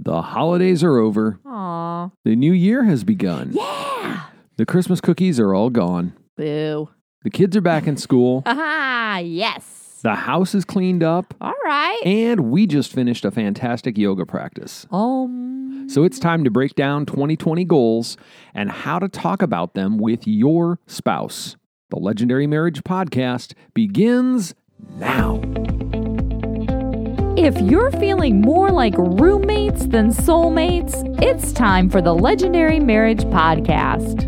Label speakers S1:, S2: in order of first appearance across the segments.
S1: The holidays are over.
S2: Aw.
S1: The new year has begun.
S2: Yeah.
S1: The Christmas cookies are all gone.
S2: Boo.
S1: The kids are back in school.
S2: Ah, yes.
S1: The house is cleaned up.
S2: All right.
S1: And we just finished a fantastic yoga practice.
S2: Um.
S1: So it's time to break down 2020 goals and how to talk about them with your spouse. The Legendary Marriage Podcast begins now.
S2: If you're feeling more like roommates than soulmates, it's time for the Legendary Marriage Podcast.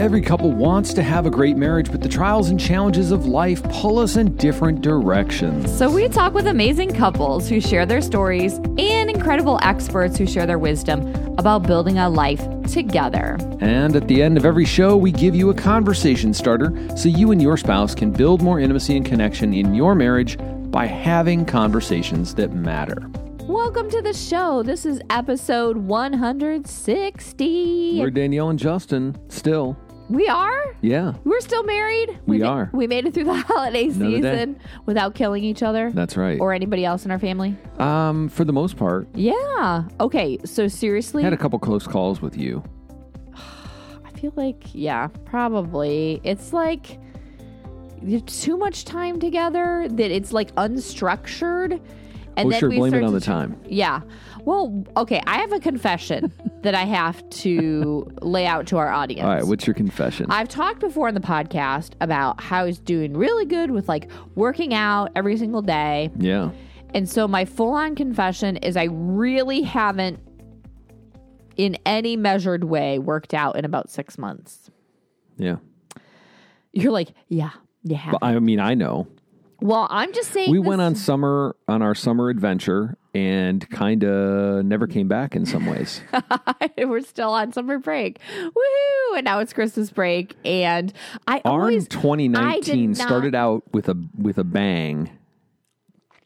S1: Every couple wants to have a great marriage, but the trials and challenges of life pull us in different directions.
S2: So, we talk with amazing couples who share their stories and incredible experts who share their wisdom about building a life together.
S1: And at the end of every show, we give you a conversation starter so you and your spouse can build more intimacy and connection in your marriage by having conversations that matter.
S2: Welcome to the show. This is episode 160.
S1: We're Danielle and Justin, still.
S2: We are?
S1: Yeah,
S2: We're still married.
S1: We
S2: ma-
S1: are.
S2: We made it through the holiday
S1: Another day.
S2: season without killing each other
S1: that's right.
S2: or anybody else in our family.
S1: Um, for the most part,
S2: Yeah. Okay. So seriously,
S1: I had
S2: I
S1: a couple close calls with you.
S2: feel like yeah, probably it's like you have too much time together that it's like unstructured. And
S1: oh,
S2: then
S1: sure,
S2: we
S1: blame it
S2: start
S1: on
S2: to
S1: the time.
S2: Yeah. Well, okay. I have a confession that I have to lay out to our audience.
S1: All right, what's your confession?
S2: I've talked before on the podcast about how I was doing really good with like working out every single day.
S1: yeah,
S2: And so my full on confession is I really haven't, in any measured way, worked out in about six months.
S1: yeah.
S2: You're like, yeah, you have.
S1: But I mean, I know.
S2: Well, I'm just saying.
S1: We
S2: this-
S1: went on summer on our summer adventure and kind of never came back in some ways.
S2: We're still on summer break. Woohoo! And now it's Christmas break. And I
S1: Our
S2: always.
S1: 2019
S2: not-
S1: started out with a with a bang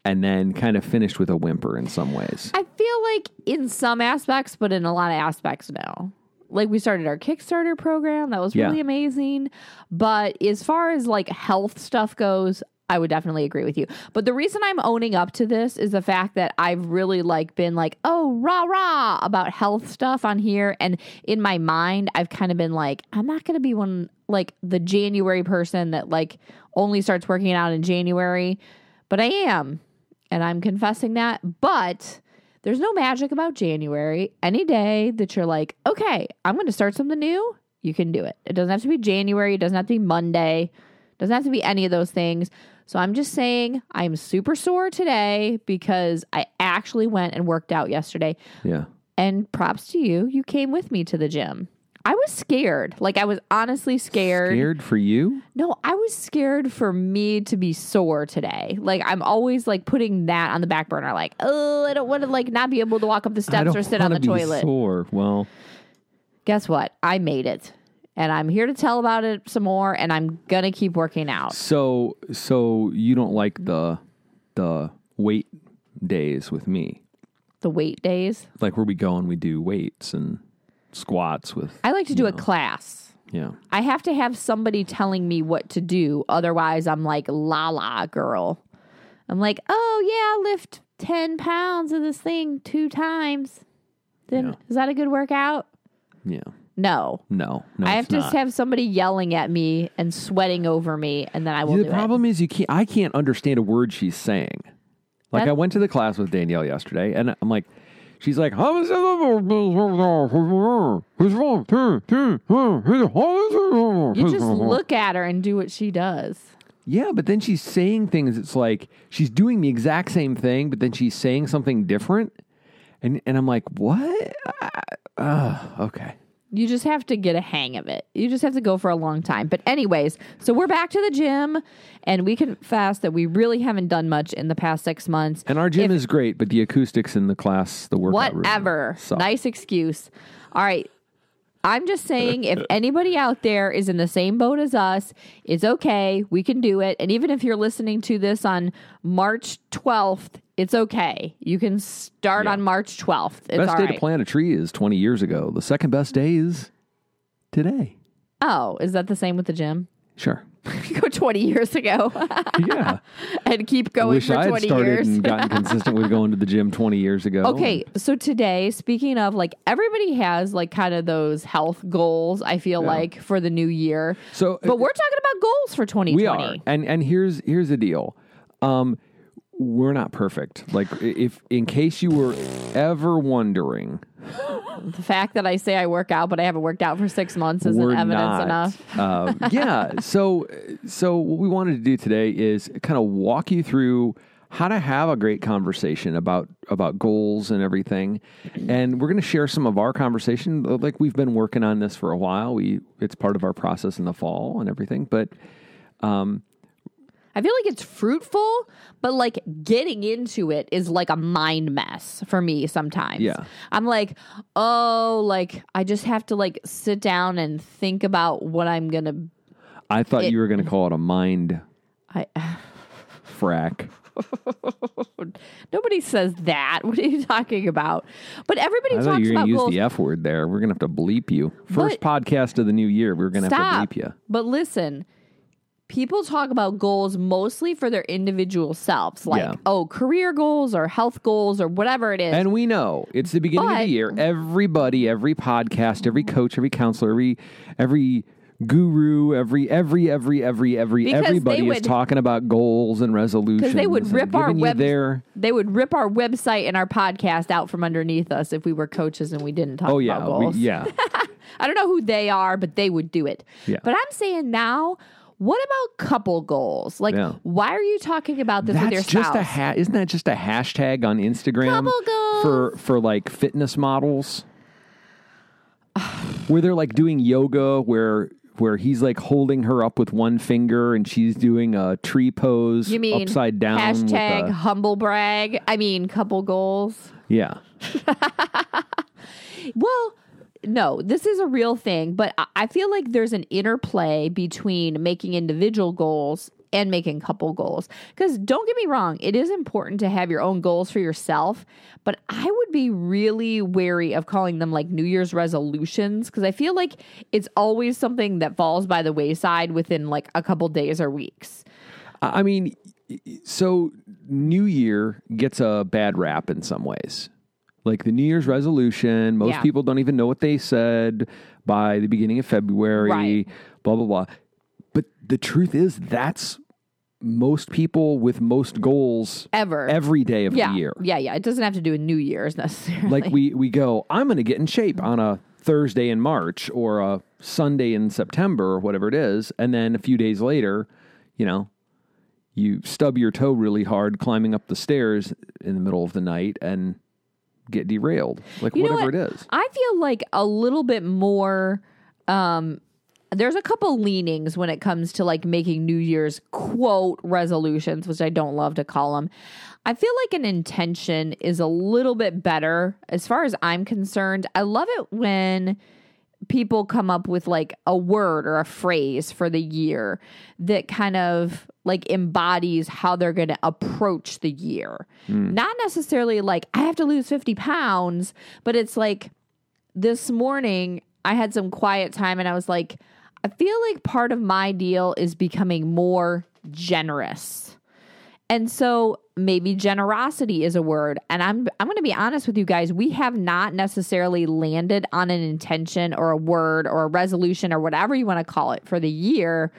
S1: and then kind of finished with a whimper in some ways.
S2: I feel like in some aspects, but in a lot of aspects, no. Like we started our Kickstarter program, that was
S1: Yeah.
S2: really amazing. But as far as like health stuff goes, I would definitely agree with you. But the reason I'm owning up to this is the fact that I've really like been like, oh rah rah about health stuff on here, and in my mind, I've kind of been like, I'm not gonna be one like the January person that like only starts working out in January, but I am and I'm confessing that. But there's no magic about January. Any day that you're like, okay, I'm going to start something new, you can do it. It doesn't have to be January. It doesn't have to be Monday. It doesn't have to be any of those things. So I'm just saying I'm super sore today because I actually went and worked out yesterday.
S1: Yeah.
S2: And props to you, you came with me to the gym. I was scared. Like I was honestly
S1: Scared for you?
S2: no, I was scared for me to be sore today. Like I'm always like putting that on the back burner. Like, oh, I don't want to like not be able to walk up the
S1: I
S2: steps
S1: don't
S2: or sit on
S1: wanna
S2: the
S1: be
S2: toilet.
S1: Sore. Well,
S2: Guess what? I made it, and I'm here to tell about it some more. And I'm gonna keep working out.
S1: So so you don't like the the weight days with me.
S2: The weight days.
S1: Like where we go and we do weights and squats with
S2: I like to do a class.
S1: yeah.
S2: I have to have somebody telling me what to do. Otherwise, I'm like la la girl. I'm like, oh yeah, lift ten pounds of this thing two times. Then
S1: Yeah.
S2: is that a good workout?
S1: Yeah.
S2: No.
S1: No. No.
S2: I
S1: it's
S2: have to
S1: not.
S2: just have somebody yelling at me and sweating over me, and then I will
S1: the
S2: do
S1: problem is you can't I can't understand a word she's saying. Like
S2: That-
S1: I went to the class with Danielle yesterday and I'm like she's like how is
S2: it. You just look at her and do what she does.
S1: Yeah, but then she's saying things. It's like she's doing the exact same thing, but then she's saying something different, and and I'm like, what? Uh, okay,
S2: You just have to get a hang of it. You just have to go for a long time. But anyways, so we're back to the gym, and we confess that we really haven't done much in the past six months.
S1: and our gym is great, but the acoustics in the class, the workout room,
S2: Whatever.
S1: suck.
S2: Nice excuse. All right. I'm just saying, if anybody out there is in the same boat as us, it's okay. We can do it. And even if you're listening to this on March 12th, it's okay. You can start on March 12th. It's
S1: Best
S2: all
S1: day
S2: right.
S1: to plant a tree is 20 years ago. The second best day is today.
S2: Oh, is that the same with the gym?
S1: Sure.
S2: go 20 years ago
S1: Yeah.
S2: and
S1: I
S2: keep going
S1: wish
S2: for
S1: I had
S2: 20
S1: started
S2: years.
S1: and gotten consistent with going to the gym 20 years ago.
S2: Okay, so today, speaking of like everybody has like kind of those health goals, I feel like for the new year.
S1: So uh,
S2: But we're talking about goals for 2020.
S1: we are. And and here's here's the deal. Um we're not perfect. Like i- if in case you were ever wondering,
S2: The fact that I say I work out, but I haven't worked out for six months isn't
S1: we're
S2: evidence
S1: not.
S2: enough.
S1: Um, yeah. So so what we wanted to do today is kind of walk you through how to have a great conversation about about goals and everything. And we're going to share some of our conversation. Like we've been working on this for a while. We it's part of our process in the fall and everything, but
S2: I feel like it's fruitful, but like getting into it is like a mind mess for me sometimes.
S1: Yeah.
S2: I'm like, oh, like I just have to like sit down and think about what I'm going to.
S1: I thought
S2: It-
S1: you were going to call it a mind
S2: I,
S1: frack.
S2: nobody says that. What are you talking about? But everybody
S1: I thought
S2: talks
S1: you were
S2: about
S1: going to use
S2: goals.
S1: the F word there. We're going to have to bleep you. First podcast of the new year, we're going to have
S2: Stop.
S1: to bleep you.
S2: But listen, people talk about goals mostly for their individual selves, like
S1: Yeah.
S2: oh, career goals or health goals or whatever it is.
S1: And we know it's the beginning of
S2: But-
S1: the year. Everybody, every podcast, every coach, every counselor, every every guru, every every every every every
S2: Because they
S1: everybody is
S2: would-
S1: talking about goals and resolutions.
S2: because they would
S1: and
S2: rip our
S1: giving you
S2: web,
S1: their-
S2: they would rip our website and our podcast out from underneath us if we were coaches and we didn't talk
S1: Oh yeah,
S2: about
S1: we-
S2: goals.
S1: yeah.
S2: I don't know who they are, but they would do it.
S1: Yeah.
S2: But I'm saying now, what about couple goals? Like,
S1: Yeah.
S2: why are you talking about this with your
S1: That's
S2: spouse?
S1: just a ha- isn't that just a hashtag on Instagram
S2: Couple goals.
S1: for for like fitness models, where they're like doing yoga, where where he's like holding her up with one finger and she's doing a tree pose
S2: you mean
S1: upside down. with
S2: hashtag
S1: a-
S2: humble brag? I mean, couple goals.
S1: yeah,
S2: Well, no, this is a real thing, but I- I feel like there's an interplay between making individual goals and making couple goals. Because don't get me wrong, it is important to have your own goals for yourself, but I would be really wary of calling them like New Year's resolutions because I feel like it's always something that falls by the wayside within like a couple days or weeks.
S1: I I mean, so New Year gets a bad rap in some ways. Like the New Year's resolution, most
S2: Yeah.
S1: people don't even know what they said by the beginning of February,
S2: Right.
S1: blah, blah, blah. But the truth is, that's most people with most goals
S2: Ever.
S1: every day of
S2: E-, yeah.
S1: the year.
S2: Yeah, yeah. It doesn't have to do with New Year's necessarily.
S1: Like we, we go, I'm going to get in shape on a Thursday in March or a Sunday in September or whatever it is. And then a few days later, you know, you stub your toe really hard climbing up the stairs in the middle of the night and get derailed. Like
S2: You know
S1: whatever
S2: what?
S1: it is.
S2: I feel like a little bit more um there's a couple leanings when it comes to like making New Year's quote resolutions, which I don't love to call them. I feel like an intention is a little bit better as far as I'm concerned. I love it when people come up with like a word or a phrase for the year that kind of like embodies how they're going to approach the year. Not necessarily like I have to lose 50 pounds, but it's like this morning I had some quiet time and I was like, I feel like part of my deal is becoming more generous. And so maybe generosity is a word. And I'm I'm going to be honest with you guys, we have not necessarily landed on an intention or a word or a resolution or whatever you want to call it for the year.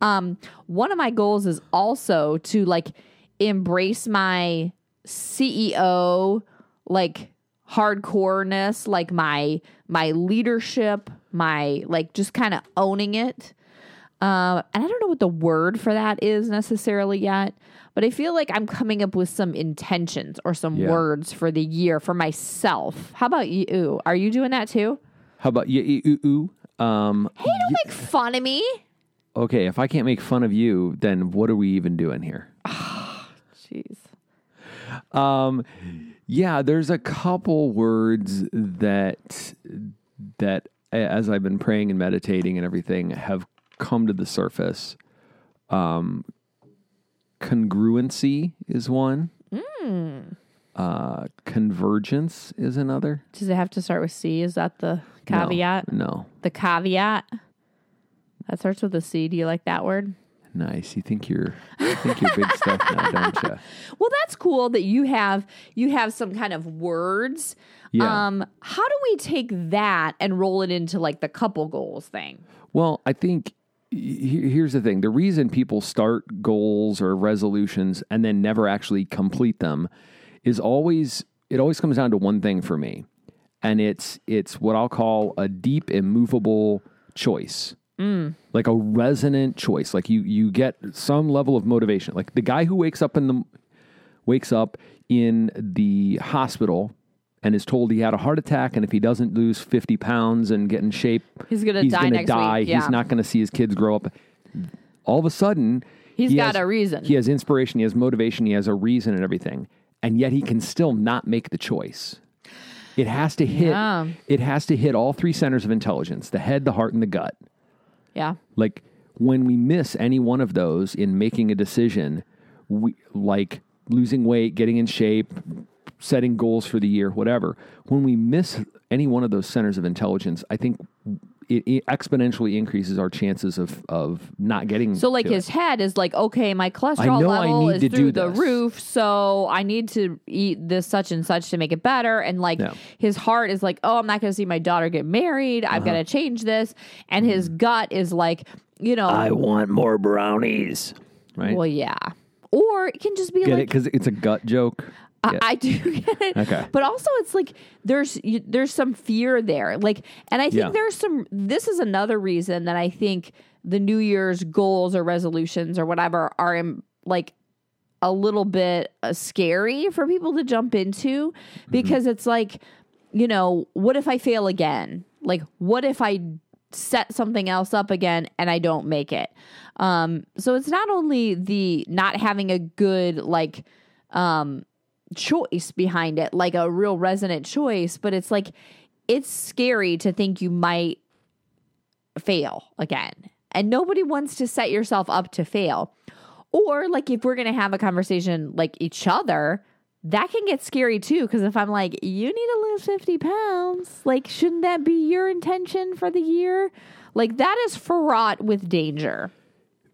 S2: Um one of my goals is also to like embrace my CEO like hardcoreness, like my my leadership, my like just kind of owning it. Um, and I don't know what the word for that is necessarily yet, but I feel like I'm coming up with some intentions or some
S1: Yeah.
S2: words for the year for myself. How about you? Are you doing that too?
S1: How about you? you- you- you? Um,
S2: Hey, don't make fun of me.
S1: okay, if I can't make fun of you, then what are we even doing here?
S2: Jeez.
S1: Um, yeah, there's a couple words that that a- as I've been praying and meditating and everything have come to the surface. Um, congruency is one. Uh, convergence is another.
S2: Does it have to start with C? Is that the
S1: No,
S2: caveat?
S1: No,
S2: The caveat? That starts with a C. Do you like that word?
S1: Nice. You think you're, you think you're big stuff now, don't you?
S2: Well, that's cool that you have you have some kind of words.
S1: Yeah.
S2: Um, how do we take that and roll it into like the couple goals thing?
S1: Well, I think he- here's the thing the reason people start goals or resolutions and then never actually complete them is always it always comes down to one thing for me and it's it's what i'll call a deep immovable choice like a resonant choice like you you get some level of motivation like the guy who wakes up in the wakes up in the hospital and is told he had a heart attack and if he doesn't lose 50 pounds and get in shape
S2: He's gonna
S1: he's
S2: die
S1: gonna
S2: next
S1: die
S2: week. Yeah.
S1: he's not going to see his kids grow up all of a sudden
S2: He's
S1: he
S2: got
S1: has-
S2: a reason.
S1: he has inspiration he has motivation he has a reason and everything and yet he can still not make the choice it has to hit
S2: Yeah.
S1: it has to hit all three centers of intelligence the head the heart and the gut
S2: Yeah.
S1: like when we miss any one of those in making a decision, we like losing weight, getting in shape, setting goals for the year, whatever. When we miss any one of those centers of intelligence, I think it, it exponentially increases our chances of of not getting.
S2: So like
S1: to it.
S2: his head is like, okay, my cholesterol
S1: know I
S2: level
S1: need
S2: is
S1: to do
S2: through the
S1: this.
S2: roof, so I need to eat this such and such to make it better. And like
S1: Yeah.
S2: his heart is like, oh, I'm not going to see my daughter get married. I've
S1: Uh-huh.
S2: got to change this. And his
S1: Mm.
S2: gut is like, you know,
S1: want more brownies. Right?
S2: well, yeah. Or it can just be
S1: Get
S2: like,
S1: it? Because it's a gut joke.
S2: I,
S1: Yeah.
S2: I do get it.
S1: Okay.
S2: But also it's like there's you, there's some fear there. Like and I think
S1: Yeah.
S2: there's some this is another reason that I think the new year's goals or resolutions or whatever are in, like a little bit uh, scary for people to jump into
S1: Mm-hmm.
S2: because it's like you know, what if I fail again? Like what if I set something else up again and I don't make it? Um so it's not only the not having a good like um choice behind it, like a real resonant choice, but it's like it's scary to think you might fail again. And nobody wants to set yourself up to fail. Or like if we're going to have a conversation like each other, that can get scary too because if I'm like you need to lose 50 pounds, like shouldn't that be your intention for the year? Like that is fraught with danger.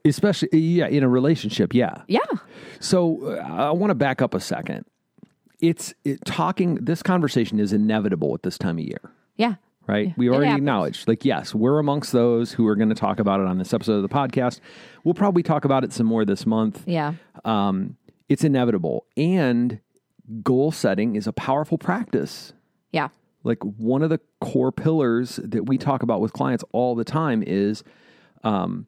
S1: Especially, yeah, in a relationship, yeah.
S2: Yeah.
S1: So uh, I want to back up a second. It's it, talking. This conversation is inevitable at this time of year,
S2: Yeah.
S1: right? we already
S2: happens.
S1: acknowledged, like, yes, we're amongst those who are going to talk about it on this episode of the podcast. We'll probably talk about it some more this month.
S2: Yeah.
S1: Um, it's inevitable, and goal setting is a powerful practice.
S2: Yeah.
S1: Like one of the core pillars that we talk about with clients all the time is um,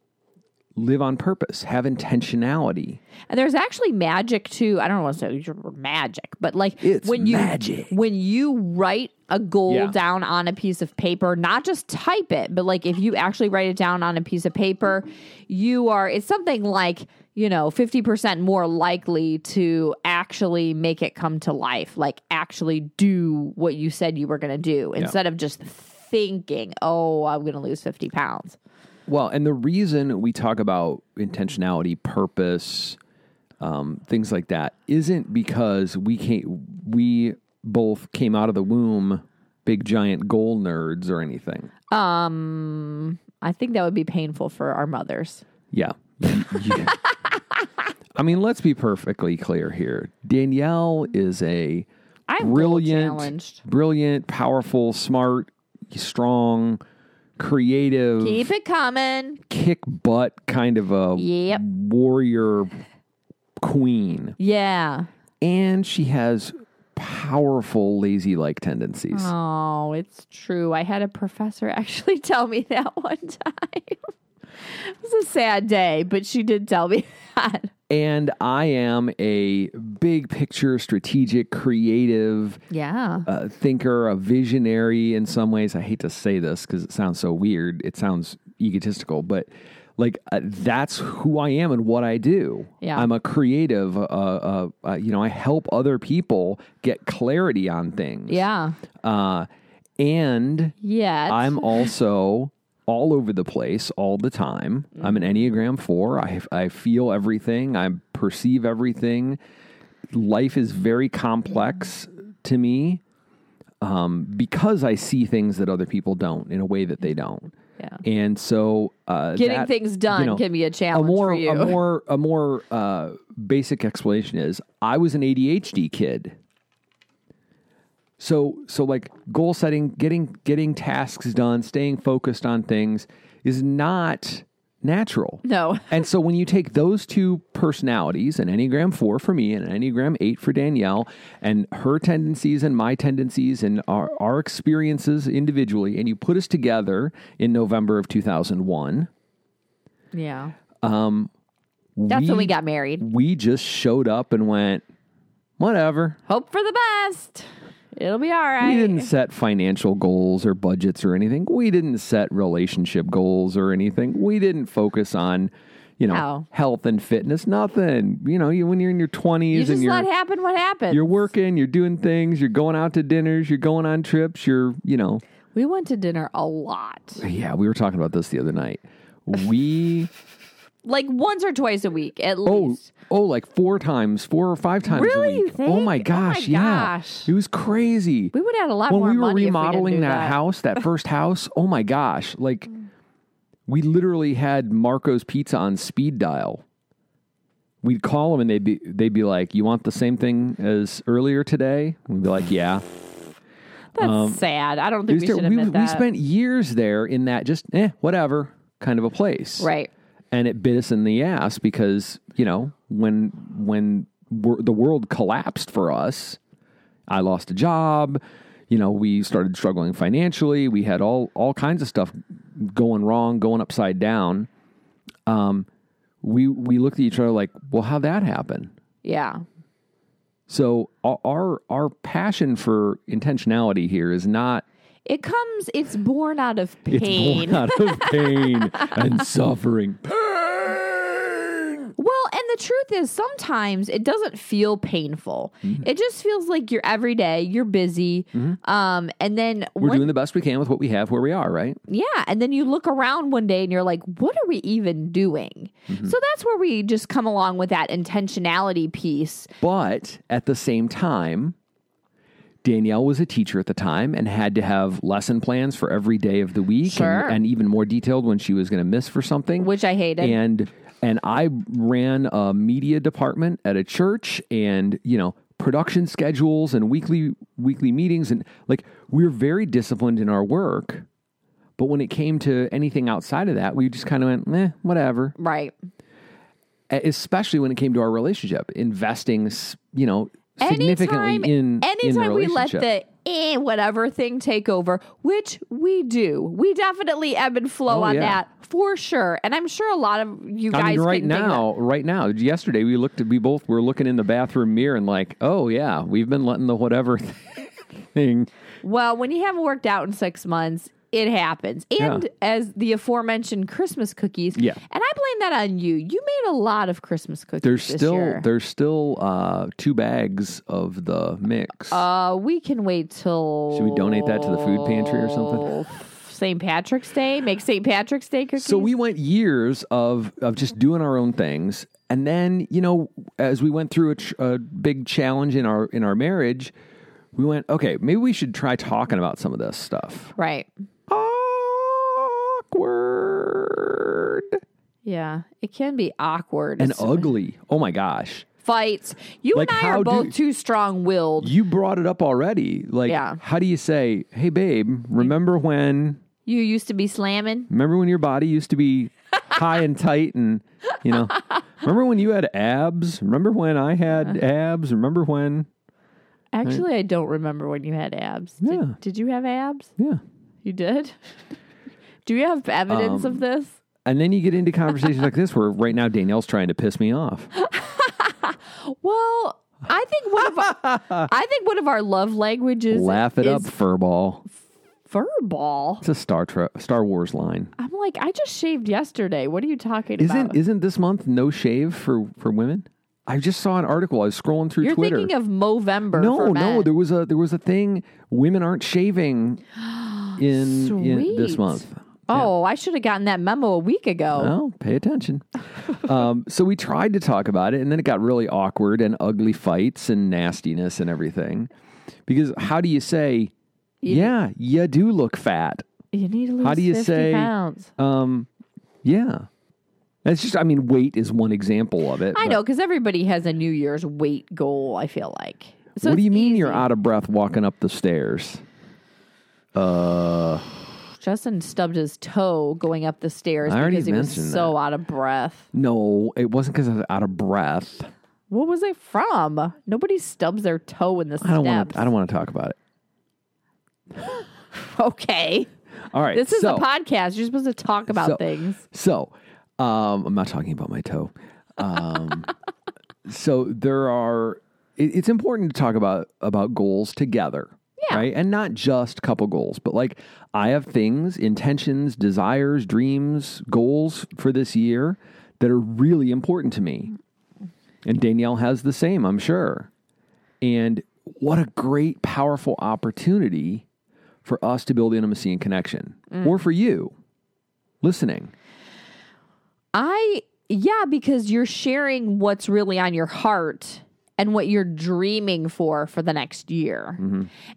S1: live on purpose, have intentionality.
S2: And there's actually magic to I don't want to say magic, but like
S1: It's
S2: when you
S1: magic.
S2: when you write a goal
S1: Yeah.
S2: down on a piece of paper, not just type it, but like if you actually write it down on a piece of paper, you are it's something like you know 50% more likely to actually make it come to life like actually do what you said you were going to do instead of just thinking oh i'm going to lose 50 pounds
S1: Well, and the reason we talk about intentionality, purpose, um, things like that, isn't because we can't. We both came out of the womb big giant goal nerds or anything.
S2: um i think that would be painful for our mothers
S1: Yeah. Yeah. I mean, let's be perfectly clear here. Danielle is a
S2: I'm goal
S1: brilliant,
S2: challenged.
S1: brilliant, powerful, smart, strong, creative,
S2: Keep it coming.
S1: kick butt kind of a
S2: Yep.
S1: warrior queen.
S2: Yeah.
S1: and she has powerful lazy like tendencies.
S2: Oh, it's true. I had a professor actually tell me that one time. it was a sad day, but she did tell me that.
S1: And I am a big picture, strategic, creative
S2: Yeah.
S1: uh, thinker, a visionary in some ways. I hate to say this because it sounds so weird. It sounds egotistical, but like uh, that's who I am and what I do.
S2: Yeah.
S1: I'm a creative. Uh, uh, uh, you know, I help other people get clarity on things.
S2: Yeah.
S1: Uh, and
S2: Yes.
S1: I'm also all over the place all the time. I'm an Enneagram 4. I, I feel everything, I perceive everything. Life is very complex to me. um, because I see things that other people don't in a way that they don't.
S2: Yeah.
S1: And so uh,
S2: Getting
S1: that,
S2: things done
S1: you know,
S2: can be a
S1: a
S2: challenge
S1: more
S2: for you.
S1: a more a more uh, basic explanation is I was an ADHD kid. So so like goal setting, getting getting tasks done, staying focused on things is not natural.
S2: no.
S1: And so when you take those two personalities, an Enneagram 4 for me and an Enneagram 8 for Danielle, and her tendencies and my tendencies and our, our experiences individually, and you put us together in November of 2001,
S2: Yeah. That's when we got married.
S1: we just showed up and went, whatever.
S2: Hope for the best. It'll be all right.
S1: We didn't set financial goals or budgets or anything. We didn't set relationship goals or anything. We didn't focus on, you know,
S2: No.
S1: health and fitness. Nothing. You know, you, when you're in your 20s
S2: you
S1: and
S2: just
S1: you're
S2: let happen what happens.
S1: you're working, you're doing things, you're going out to dinners, you're going on trips, you're, you know.
S2: we went to dinner a lot.
S1: Yeah, we were talking about this the other night. We
S2: Like once or twice a week at
S1: oh
S2: least.
S1: oh like four times, four or five times
S2: Really?
S1: a
S2: You
S1: week. Oh my
S2: think? Oh my
S1: gosh, yeah.
S2: gosh.
S1: It was crazy.
S2: We would add a lot
S1: when
S2: more
S1: we were
S2: money if we didn't
S1: remodeling
S2: do
S1: that,
S2: that
S1: house, that first house, oh my gosh, like we literally had Marco's Pizza on speed dial. We'd call them and they'd be they'd be like, "You want the same thing as earlier today?" We'd be like, "Yeah."
S2: That's sad. I don't
S1: Um,
S2: think
S1: It
S2: we
S1: was
S2: should
S1: ter- we,
S2: admit
S1: we
S2: that.
S1: spent years there in that just eh, whatever kind of a place,
S2: right.
S1: And it bit us in the ass because you know when when wor- the world collapsed for us, I lost a job. You know, we started struggling financially. We had all all kinds of stuff going wrong, going upside down. Um, we we looked at each other like, well, how'd that happen?
S2: Yeah.
S1: So our- our our passion for intentionality here is not
S2: It comes. It's born out of
S1: It's
S2: pain.
S1: born out of pain and suffering. Pain.
S2: Well, and the truth is, sometimes it doesn't feel painful.
S1: Mm-hmm.
S2: It just feels like you're every day, you're busy, um, and then
S1: We're
S2: one,
S1: doing the best we can with what we have where we are, right?
S2: yeah, and then you look around one day and you're like, "What are we even doing?"
S1: Mm-hmm.
S2: So that's where we just come along with that intentionality piece.
S1: But at the same time, Danielle was a teacher at the time and had to have lesson plans for every day of the week
S2: Sure.
S1: and, and even more detailed when she was going to miss for something.
S2: Which I hated.
S1: And and I ran a media department at a church and, you know, production schedules and weekly weekly meetings and like we were very disciplined in our work. But when it came to anything outside of that, we just kind of went, eh, whatever
S2: Right.
S1: e, especially when it came to our relationship, investing, s- you know, significantly
S2: anytime,
S1: in in the
S2: anytime we let
S1: relationship.
S2: the eh, whatever thing take over, which we do, we definitely ebb and flow
S1: Oh,
S2: on
S1: yeah.
S2: that for sure. And I'm sure a lot of you
S1: I
S2: guys
S1: mean, right
S2: can think that-
S1: now, right now, yesterday we looked at, we both were looking in the bathroom mirror and like, oh yeah, we've been letting the whatever thing.
S2: Well, when you haven't worked out in six months, it happens. And
S1: Yeah.
S2: as the aforementioned Christmas cookies,
S1: Yeah.
S2: And I blame that on you. You made a lot of Christmas cookies.
S1: There's
S2: this
S1: still,
S2: year.
S1: there's still uh, two bags of the mix.
S2: Uh, we can wait till.
S1: Should we donate that to the food pantry or something?
S2: St. Patrick's Day. Make St. Patrick's Day cookies.
S1: So we went years of of just doing our own things, and then you know, as we went through a, ch- a big challenge in our in our marriage, we went, okay, maybe we should try talking about some of this stuff.
S2: right.
S1: Awkward
S2: Yeah, it can be awkward
S1: and
S2: It's
S1: ugly. Oh my gosh,
S2: fights. You
S1: Like,
S2: and I
S1: how do-
S2: are both too strong-willed.
S1: you brought it up already. Like,
S2: Yeah.
S1: how do you say, hey babe, remember when?
S2: You used to be slamming.
S1: Remember when your body used to be high and tight and you know remember when you had abs? Remember when I had abs? Remember when
S2: Actually, I don't remember when you had abs. Did,
S1: Yeah.
S2: did you have abs?
S1: Yeah.
S2: You did? Do you have evidence
S1: Um,
S2: of this?
S1: And then you get into conversations like this where right now Danielle's trying to piss me off.
S2: Well, I think one of our, I think one of our love languages
S1: Laugh it
S2: is
S1: up, furball.
S2: verbal.
S1: It's a Star Trek Star Wars line.
S2: I'm like, I just shaved yesterday. What are you talking
S1: Isn't
S2: about?
S1: isn't this month no shave for for women? I just saw an article. I was scrolling through
S2: You're
S1: Twitter.
S2: thinking of Movember.
S1: no,
S2: for
S1: no,
S2: men.
S1: there was a there was a thing women aren't shaving in, in this
S2: Sweet.
S1: month.
S2: Oh, I should have gotten that memo a week ago.
S1: Oh, pay attention. um, so we tried to talk about it, and then it got really awkward and ugly fights and nastiness and everything. Because how do you say,
S2: You-
S1: yeah, you do look fat.
S2: You need to lose
S1: How do you
S2: 50
S1: say-
S2: pounds.
S1: Um, yeah. It's just, I mean, weight is one example of it.
S2: I
S1: but
S2: know, because everybody has a New Year's weight goal, I feel like. So
S1: what do
S2: it's
S1: you mean you're
S2: easy.
S1: out of breath walking up the stairs? Uh,
S2: Justin stubbed his toe going up the stairs
S1: I already
S2: because he was
S1: mentioned
S2: so out of breath.
S1: no, it wasn't because I was out of breath.
S2: What was it from? Nobody stubs their toe in the
S1: I don't want
S2: steps.
S1: to. I don't want to talk about it.
S2: Okay.
S1: All right.
S2: This is
S1: so,
S2: a podcast. You're supposed to talk about
S1: So-
S2: things.
S1: So, um, I'm not talking about my toe. Um, so there are. It, it's important to talk about about goals together,
S2: Yeah.
S1: right? And not just couple goals, but like I have things, intentions, desires, dreams, goals for this year that are really important to me, and Danielle has the same, I'm sure. And what a great, powerful opportunity for us to build intimacy and connection, or for you listening.
S2: I yeah, because you're sharing what's really on your heart and what you're dreaming for for the next year.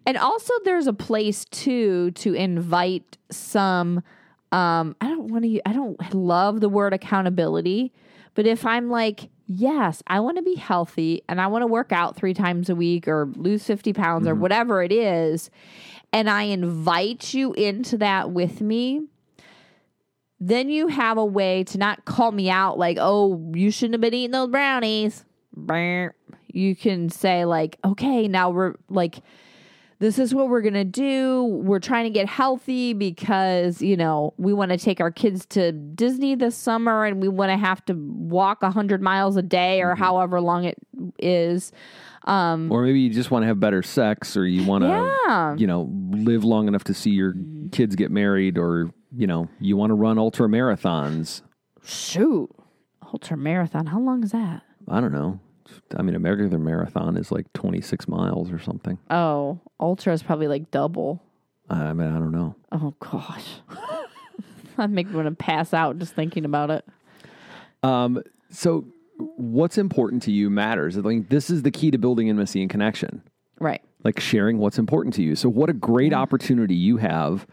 S2: And also there's a place too to invite some um I don't want to I don't love the word accountability, but if I'm like Yes, I want to be healthy and I want to work out three times a week or lose 50 pounds or whatever it is. And I invite you into that with me then you have a way to not call me out like, oh, you shouldn't have been eating those brownies. Brr. You can say, like, okay, now we're like, this is what we're going to do. We're trying to get healthy because, you know, we want to take our kids to Disney this summer and we want to have to walk 100 miles a day or however long it is. Um,
S1: or maybe you just want to have better sex or you want to
S2: Yeah.
S1: you know live long enough to see your kids get married or you know you want to run ultra marathons
S2: shoot, ultra marathon. How long is that?
S1: i don't know i mean a regular marathon is like 26 miles or something
S2: Oh, ultra is probably like double.
S1: i mean i don't know
S2: Oh gosh. I make me want to pass out just thinking about it.
S1: um, so what's important to you matters like this is the key to building intimacy and connection
S2: Right.
S1: like sharing what's important to you. So, what a great
S2: Mm-hmm.
S1: opportunity you have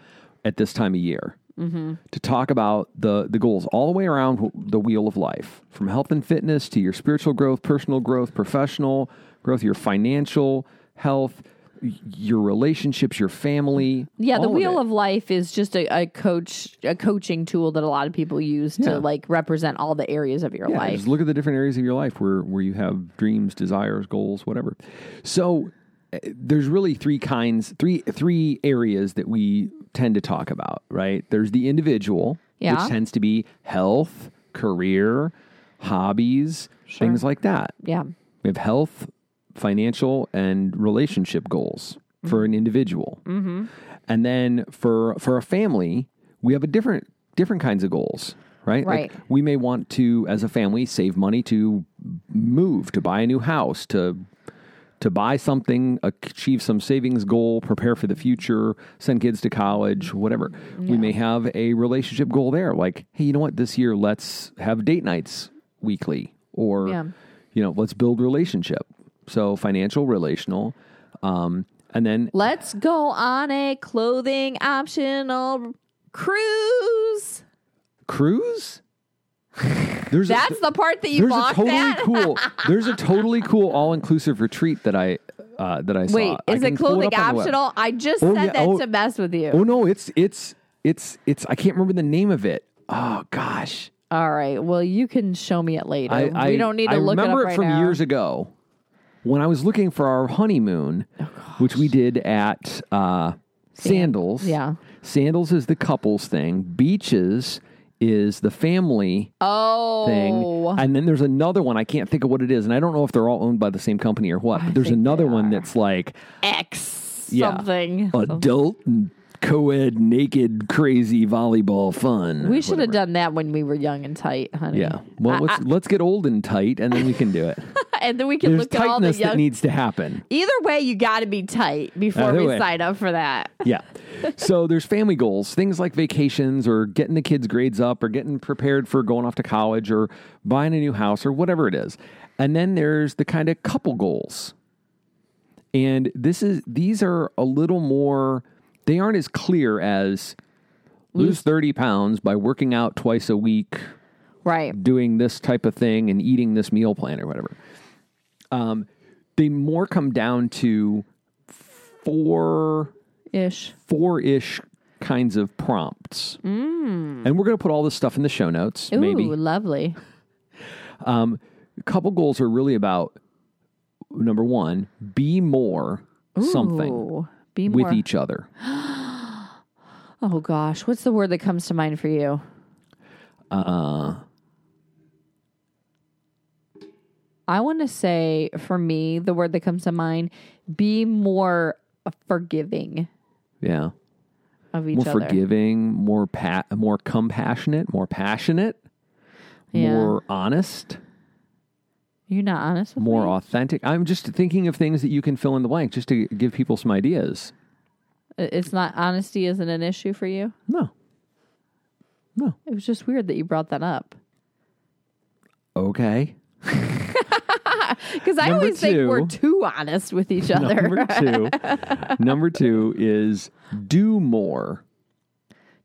S1: at this time of year
S2: Mm-hmm.
S1: to talk about the the goals all the way around wh- the wheel of life, from health and fitness to your spiritual growth, personal growth, professional growth, your financial health, y- your relationships, your family.
S2: Yeah, the
S1: all
S2: wheel
S1: it.
S2: of, life is just a, a coach a coaching tool that a lot of people use
S1: Yeah.
S2: to like represent all the areas of your
S1: Yeah,
S2: life.
S1: Just look at the different areas of your life where where you have dreams, desires, goals, whatever. So eh, there's really three kinds, three three areas that we tend to talk about, right? There's the individual,
S2: Yeah.
S1: which tends to be health, career, hobbies, things like that.
S2: Yeah.
S1: We have health, financial, and relationship goals for an individual, mm-hmm. and then for for a family, we have a different different kinds of goals, right?
S2: Right.
S1: Like we may want to, as a family, save money to move, to buy a new house, to to buy something, achieve some savings goal, prepare for the future, send kids to college, whatever. We may have a relationship goal there, like, hey, you know what? This year, let's have date nights weekly, or
S2: Yeah.
S1: you know, let's build relationship. So financial, relational, um, and then
S2: Let's go on a clothing optional cruise.
S1: cruise. There's a-
S2: That's the part that you
S1: there's a
S2: blocked
S1: totally
S2: at.
S1: cool there's a totally cool all inclusive retreat that I uh, that I saw.
S2: Wait,
S1: I
S2: is it
S1: can pull
S2: clothing
S1: up on the web.
S2: optional? I just
S1: Oh,
S2: said
S1: yeah,
S2: that
S1: oh.
S2: to mess with you.
S1: Oh no, it's it's it's it's I can't remember the name of it. Oh gosh,
S2: All right. Well, you can show me it later.
S1: I, I
S2: we don't need to
S1: I
S2: look it up
S1: remember it,
S2: right
S1: from
S2: now.
S1: years ago when I was looking for our honeymoon,
S2: Oh,
S1: which we did at uh, Sandals.
S2: yeah.
S1: Sandals is the couples thing. Beaches is the family
S2: oh.
S1: thing, and then there's another one I can't think of what it is, and I don't know if they're all owned by the same company or what. But there's
S2: think
S1: another
S2: they
S1: one
S2: are.
S1: that's like
S2: X
S1: Yeah.
S2: something.
S1: adult. and Co-ed, naked, crazy volleyball fun.
S2: We should have done that when we were young and tight, honey.
S1: Yeah. Well,
S2: I-
S1: let's let's get old and tight, and then we can do it.
S2: and then we can
S1: There's
S2: look at all the
S1: tightness that
S2: young.
S1: needs to happen.
S2: Either way, you got to be tight before
S1: Either
S2: we
S1: way.
S2: sign up for that.
S1: Yeah. so there's family goals, things like vacations, or getting the kids' grades up, or getting prepared for going off to college, or buying a new house, or whatever it is. And then there's the kind of couple goals, and this is these are a little more they aren't as clear as lose 30 pounds by working out twice a week,
S2: Right.
S1: doing this type of thing, and eating this meal plan or whatever. Um, they more come down to four
S2: Ish.
S1: four ish kinds of prompts. And we're going to put all this stuff in the show notes,
S2: Mm. Ooh,
S1: maybe.
S2: lovely.
S1: A couple goals are really about number one, be more something
S2: Ooh, Be more.
S1: with each other.
S2: oh gosh, what's the word that comes to mind for you? Uh. I want to say for me, the word that comes to mind: be more forgiving
S1: Yeah.
S2: of each
S1: More
S2: other.
S1: forgiving, more pa- more compassionate, more passionate,
S2: Yeah.
S1: more honest,
S2: You're not honest with
S1: more
S2: me.
S1: authentic. I'm just thinking of things that you can fill in the blank just to give people some ideas.
S2: I- It's not honesty isn't an issue for you.
S1: No.
S2: It was just weird that you brought that up
S1: Okay.
S2: because I
S1: Number
S2: always think we're
S1: two.
S2: too honest with each other.
S1: Number two. number two is do more.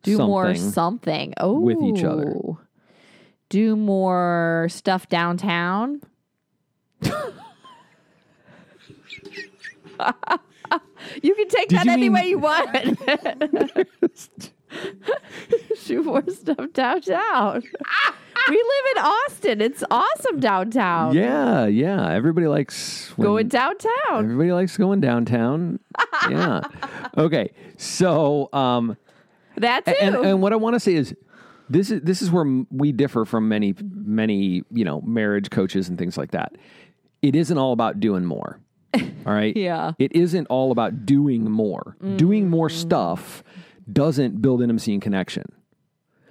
S2: do more
S1: something.
S2: something oh
S1: with each other.
S2: do more stuff downtown you can take
S1: Did
S2: that
S1: you
S2: any
S1: mean-
S2: way you want do more stuff downtown we live in austin it's awesome downtown
S1: Yeah, yeah. Everybody likes when-
S2: going downtown
S1: Everybody likes going downtown. yeah. Okay. So, um,
S2: that too
S1: and and what I want to say is, this is this is where m- we differ from many many you know marriage coaches and things like that. It isn't all about doing more. All right.
S2: Yeah. Mm.
S1: It isn't all about doing more. Doing more stuff doesn't build intimacy and connection.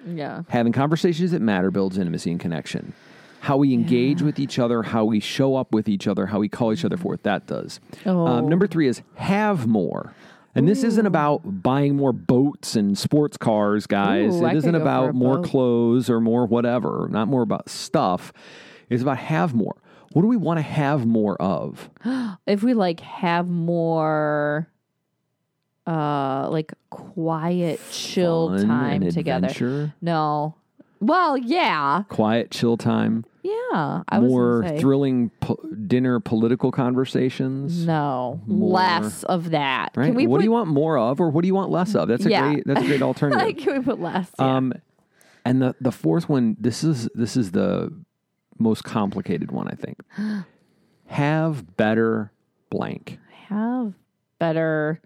S2: yeah
S1: Having conversations that matter builds intimacy and connection. How we engage with each other, how we show up with each other, how we call each other for it, that does.
S2: Mm. Oh.
S1: Um, number three is have more. And this isn't about buying more boats and sports cars, guys.
S2: Ooh,
S1: it
S2: I could
S1: isn't
S2: go for a
S1: about more
S2: boat.
S1: clothes or more whatever, not more about stuff. It's about have more. What do we want to have more of?
S2: if we like have more uh like quiet chill
S1: Fun
S2: time
S1: and
S2: together
S1: adventure?
S2: no well yeah
S1: Quiet, chill time,
S2: yeah i was
S1: more
S2: gonna say,
S1: thrilling po- dinner political conversations.
S2: no
S1: more-
S2: less of that
S1: Right.
S2: can we
S1: what
S2: put
S1: do you want more of, or what do you want less of? That's a
S2: Yeah.
S1: great. That's a great alternative.
S2: like can we put less yeah.
S1: um, and the the fourth one. This is this is the most complicated one, I think. Have better blank.
S2: have better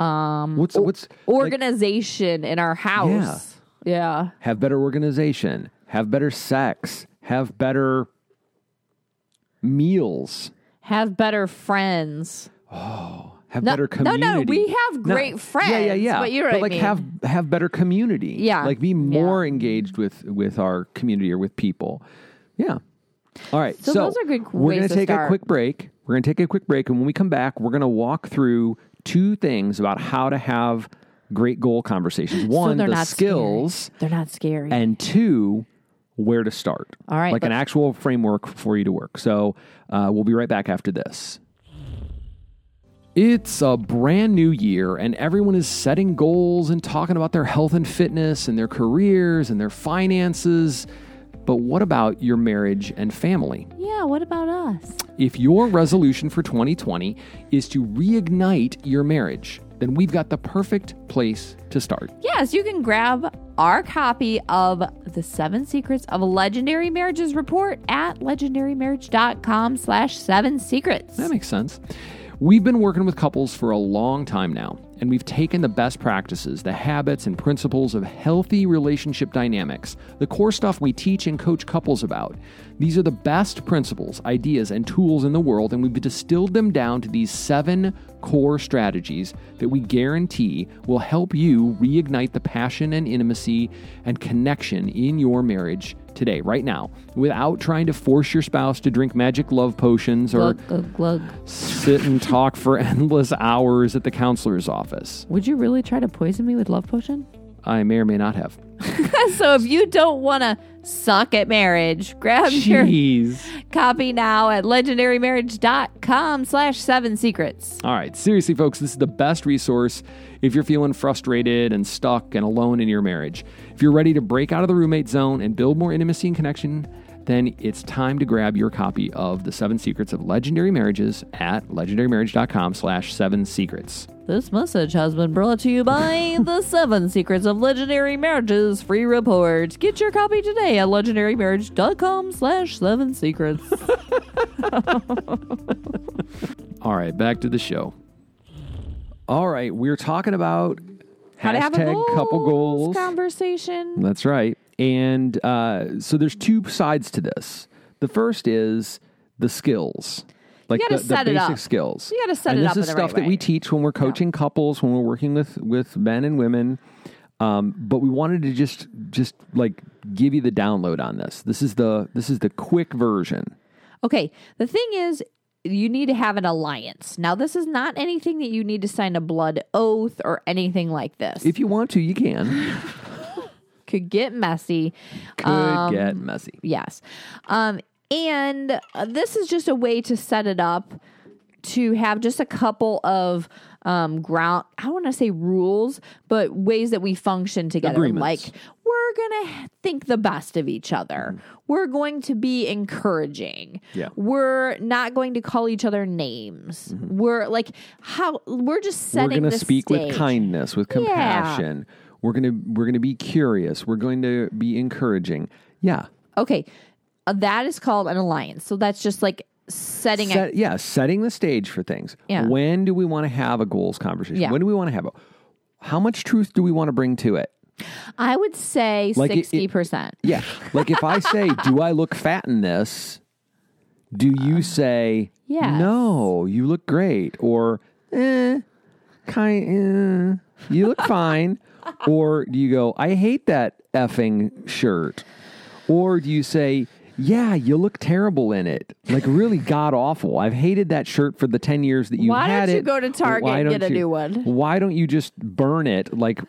S2: um
S1: What's what's like,
S2: organization in our house yeah
S1: have better organization. Have better sex. Have better meals.
S2: have better friends
S1: Have
S2: No-
S1: better
S2: no, no,
S1: community.
S2: we have great
S1: Yeah, yeah,
S2: friends,
S1: yeah.
S2: but you know what I
S1: like
S2: mean.
S1: have have better community.
S2: Yeah.
S1: like be
S2: Yeah.
S1: more engaged with with our community or with people. Yeah. All right. So,
S2: So those are good
S1: We're
S2: ways
S1: gonna
S2: to
S1: take a
S2: start.
S1: quick break. We're gonna take a quick break, and when we come back, we're gonna walk through two things about how to have great goal conversations. One,
S2: they're
S1: the
S2: not scary.
S1: skills,
S2: they're not scary
S1: and two, where to start.
S2: All right,
S1: like an
S2: but-
S1: actual framework for you to work. So uh, we'll be right back after this. It's a brand new year, and everyone is setting goals and talking about their health and fitness and their careers and their finances. But what about your marriage and family?
S2: yeah what about us
S1: If your resolution for 2020 is to reignite your marriage, then we've got the perfect place to start.
S2: Yes, you can grab our copy of The Seven Secrets of Legendary Marriages report at legendarymarriage.com slash seven secrets.
S1: That makes sense. We've been working with couples for a long time now, and we've taken the best practices, the habits and principles of healthy relationship dynamics, the core stuff we teach and coach couples about. These are the best principles, ideas, and tools in the world, and we've distilled them down to these seven core strategies that we guarantee will help you reignite the passion and intimacy and connection in your marriage today, right now, without trying to force your spouse to drink magic love potions or
S2: Glug, glug, glug.
S1: sit and talk for endless hours at the counselor's office.
S2: Would you really try to poison me with love potion?
S1: I may or may not have.
S2: so if you don't want to suck at marriage, grab your
S1: Jeez.
S2: Copy now at legendarymarriage.com slash seven secrets.
S1: All right, seriously, folks, this is the best resource if you're feeling frustrated and stuck and alone in your marriage. If you're ready to break out of the roommate zone and build more intimacy and connection, then it's time to grab your copy of The Seven Secrets of Legendary Marriages at legendarymarriage.com slash seven secrets.
S2: This message has been brought to you by the Seven Secrets of Legendary Marriages free report. Get your copy today at legendarymarriage.com slash seven secrets.
S1: All right, back to the show. All right, we're talking about
S2: How to have a
S1: hashtag couple goals.
S2: conversation.
S1: That's right. And uh, so there's two sides to this. The first is the skills, like
S2: gotta
S1: the, the
S2: set it
S1: basic
S2: up.
S1: skills.
S2: You gotta set
S1: and
S2: it
S1: this is
S2: up in the
S1: stuff
S2: right
S1: that we
S2: way.
S1: teach when we're coaching couples, when we're working with with men and women. Um, but we wanted to just just like give you the download on this. This is the this is the quick version.
S2: Okay, the thing is, you need to have an alliance. Now, this is not anything that you need to sign a blood oath or anything like this.
S1: If you want to, you can.
S2: could get messy.
S1: Could
S2: Um,
S1: get messy.
S2: Yes. Um, and uh, this is just a way to set it up to have just a couple of um, ground, I don't want to say rules, but ways that we function together.
S1: Agreements.
S2: Like, we're going to think the best of each other. We're going to be encouraging.
S1: Mm-hmm. Yeah.
S2: We're not going to call each other names. We're like, how, we're just
S1: Mm-hmm. We're
S2: setting
S1: going to
S2: the
S1: speak with
S2: stage.
S1: kindness, with compassion. We're going to we're going to be curious. We're going to be encouraging. Yeah,
S2: Okay. Uh, that is called an alliance. So that's just like setting a
S1: Set- yeah, setting the stage for things.
S2: Yeah.
S1: When do we want to have a goals conversation?
S2: Yeah.
S1: When do we want to have a how much truth do we want to bring to it?
S2: I would say
S1: Like it- it-
S2: sixty percent.
S1: Yeah. Like if I say, Do I look fat in this? Do you say
S2: Uh, yes.
S1: No, you look great or eh kind eh, you look fine? Or do you go, I hate that effing shirt? Or do you say yeah, you look terrible in it. Like really god awful. I've hated that shirt for the ten years that you
S2: Why don't
S1: had
S2: you
S1: it.
S2: go to Target
S1: Why
S2: and
S1: don't
S2: get a
S1: you-
S2: new one?
S1: Why don't you just burn it? Like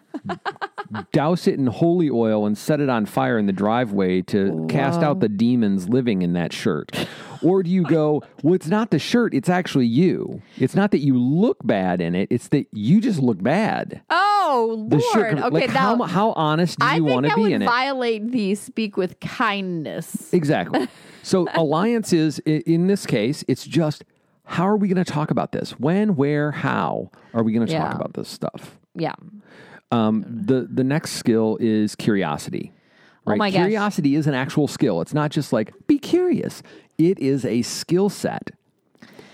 S1: douse it in holy oil and set it on fire in the driveway to cast out the demons living in that shirt? Or do you go, well, it's not the shirt, it's actually you. It's not that you look bad in it, it's that you just look bad.
S2: Oh
S1: The
S2: Lord.
S1: shirt,
S2: okay,
S1: like
S2: now
S1: how, mu- how honest do
S2: I
S1: you
S2: think
S1: want to
S2: that
S1: be
S2: would
S1: in it?
S2: violate the speak with kindness.
S1: Exactly. So alliance is i- in this case, it's just how are we going to talk about this? When, where, how are we going to talk
S2: Yeah.
S1: about this stuff?
S2: Yeah.
S1: Um, the the next skill is curiosity. Right?
S2: Oh my gosh.
S1: curiosity is an actual skill. It's not just like be curious. It is a skill set.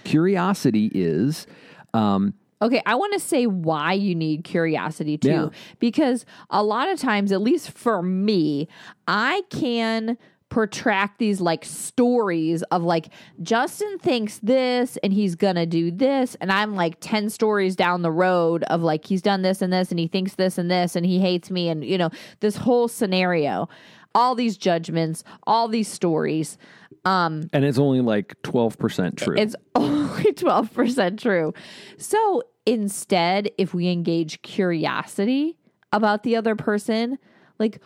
S1: Curiosity is um,
S2: Okay, I want to say why you need curiosity too,
S1: Yeah.
S2: because a lot of times, at least for me, I can protract these like stories of like Justin thinks this and he's gonna do this, and I'm like 10 stories down the road of like he's done this and this, and he thinks this and this, and he hates me, and you know, this whole scenario, all these judgments, all these stories. Um,
S1: and it's only like twelve percent true.
S2: it's only 12% true. So instead, if we engage curiosity about the other person, like,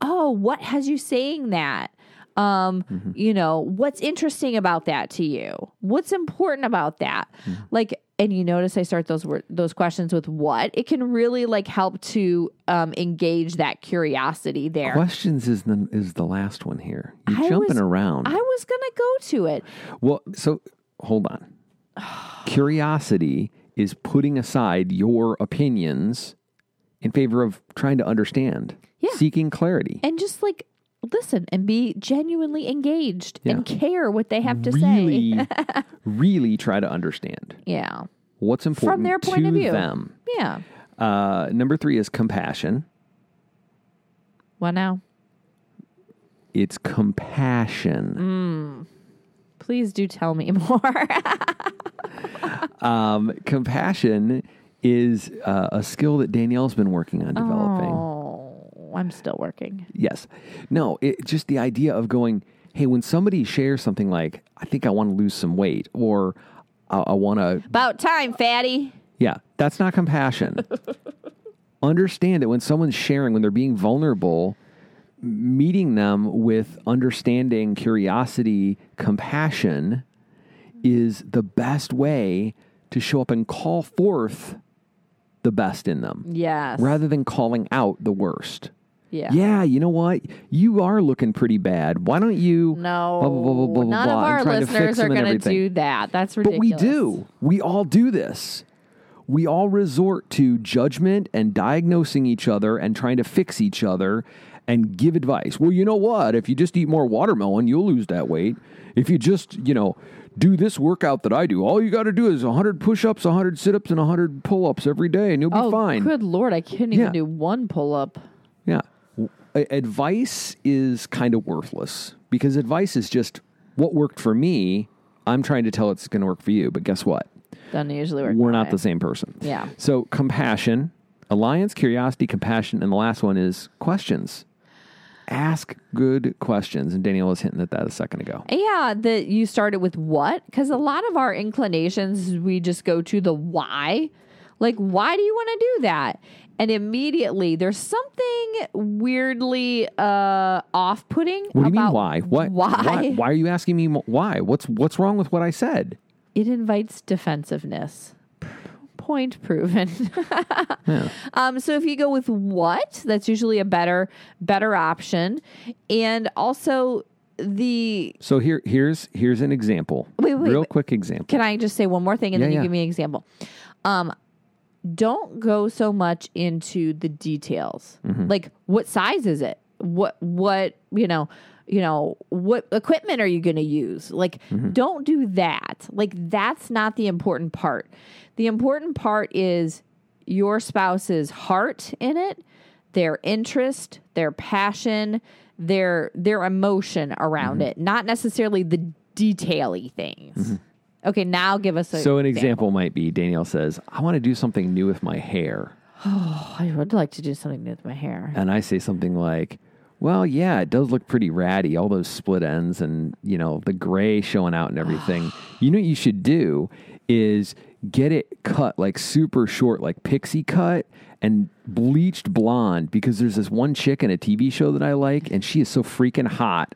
S2: oh, what has you saying that? Um, you know, what's interesting about that to you? What's important about that? Like, and you notice I start those wor- those questions with what? It can really like help to um, engage that curiosity there.
S1: Questions is the is the last one here. You're
S2: I
S1: jumping
S2: was-
S1: around.
S2: I was gonna go to it.
S1: Well, so hold on. Curiosity is putting aside your opinions in favor of trying to understand,
S2: Yeah.
S1: seeking clarity.
S2: and just like listen and be genuinely engaged and care what they have to say.
S1: really, really try to understand
S2: Yeah.
S1: what's important
S2: their point
S1: to
S2: of view.
S1: them.
S2: Yeah.
S1: Uh, number three is compassion.
S2: Well, now,
S1: It's compassion.
S2: please do tell me more. Mm.
S1: Um, compassion is uh, a skill that Danielle's been working on developing.
S2: oh, I'm still working.
S1: Yes. No, it just the idea of going, hey, when somebody shares something like, I think I want to lose some weight or I, I want to,
S2: About time, fatty.
S1: yeah, that's not compassion. Understand that when someone's sharing, when they're being vulnerable, meeting them with understanding, curiosity, compassion is the best way to show up and call forth the best in them
S2: Yes.
S1: rather than calling out the worst.
S2: yeah.
S1: Yeah, you know what? You are looking pretty bad. Why don't you?
S2: No.
S1: Blah, blah, blah, blah, blah,
S2: None
S1: blah,
S2: of
S1: and
S2: our
S1: trying to fix
S2: listeners are
S1: them and
S2: going to
S1: everything.
S2: do that. That's
S1: But we
S2: ridiculous.
S1: do. We all do this. We all resort to judgment and diagnosing each other and trying to fix each other and give advice. Well, you know what? If you just eat more watermelon, you'll lose that weight. If you just, you know, do this workout that I do, all you got to do is 100 push ups, 100 sit ups, and 100 pull ups every day, and you'll be
S2: Oh,
S1: fine.
S2: good lord! I couldn't
S1: Yeah.
S2: even do one pull up.
S1: Yeah. W- a- Advice is kind of worthless because advice is just what worked for me. I'm trying to tell it's going to work for you, but guess what?
S2: Doesn't usually work.
S1: We're
S2: that
S1: not
S2: way.
S1: the same person.
S2: Yeah.
S1: So, compassion, alliance, curiosity, compassion, and the last one is questions. Ask good questions. And Danielle was hinting at that a second ago.
S2: Yeah, that you started with what? Because a lot of our inclinations, we just go to the why. Like, why do you want to do that? And immediately, there's something weirdly uh, off-putting.
S1: What do you mean
S2: about
S1: why? What
S2: Why?
S1: why? Why are you asking me mo- why? What's what's wrong with what I said?
S2: It invites defensiveness. P- Point proven.
S1: Yeah.
S2: Um, so if you go with what, that's usually a better better option. And also the
S1: So here here's here's an example.
S2: Wait, wait,
S1: Real
S2: wait.
S1: quick example.
S2: can I just say one more thing and
S1: Yeah,
S2: then you
S1: yeah.
S2: give me an example? Um, don't go so much into the details,
S1: Mm-hmm.
S2: like what size is it? What what you know you know what equipment are you going to use? Like,
S1: Mm-hmm.
S2: don't do that. Like that's not the important part. The important part is your spouse's heart in it, their interest, their passion, their their emotion around
S1: Mm-hmm.
S2: it, not necessarily the detaily things. Okay, now give us a
S1: So an example might be Danielle says, "I want to do something new with my hair,"
S2: Oh, I would like to do something with my hair.
S1: and I say something like, "Well, yeah, it does look pretty ratty, all those split ends and you know the gray showing out and everything." you know what you should do is get it cut like super short, like pixie cut and bleached blonde, because there's this one chick in a TV show that I like, and she is so freaking hot.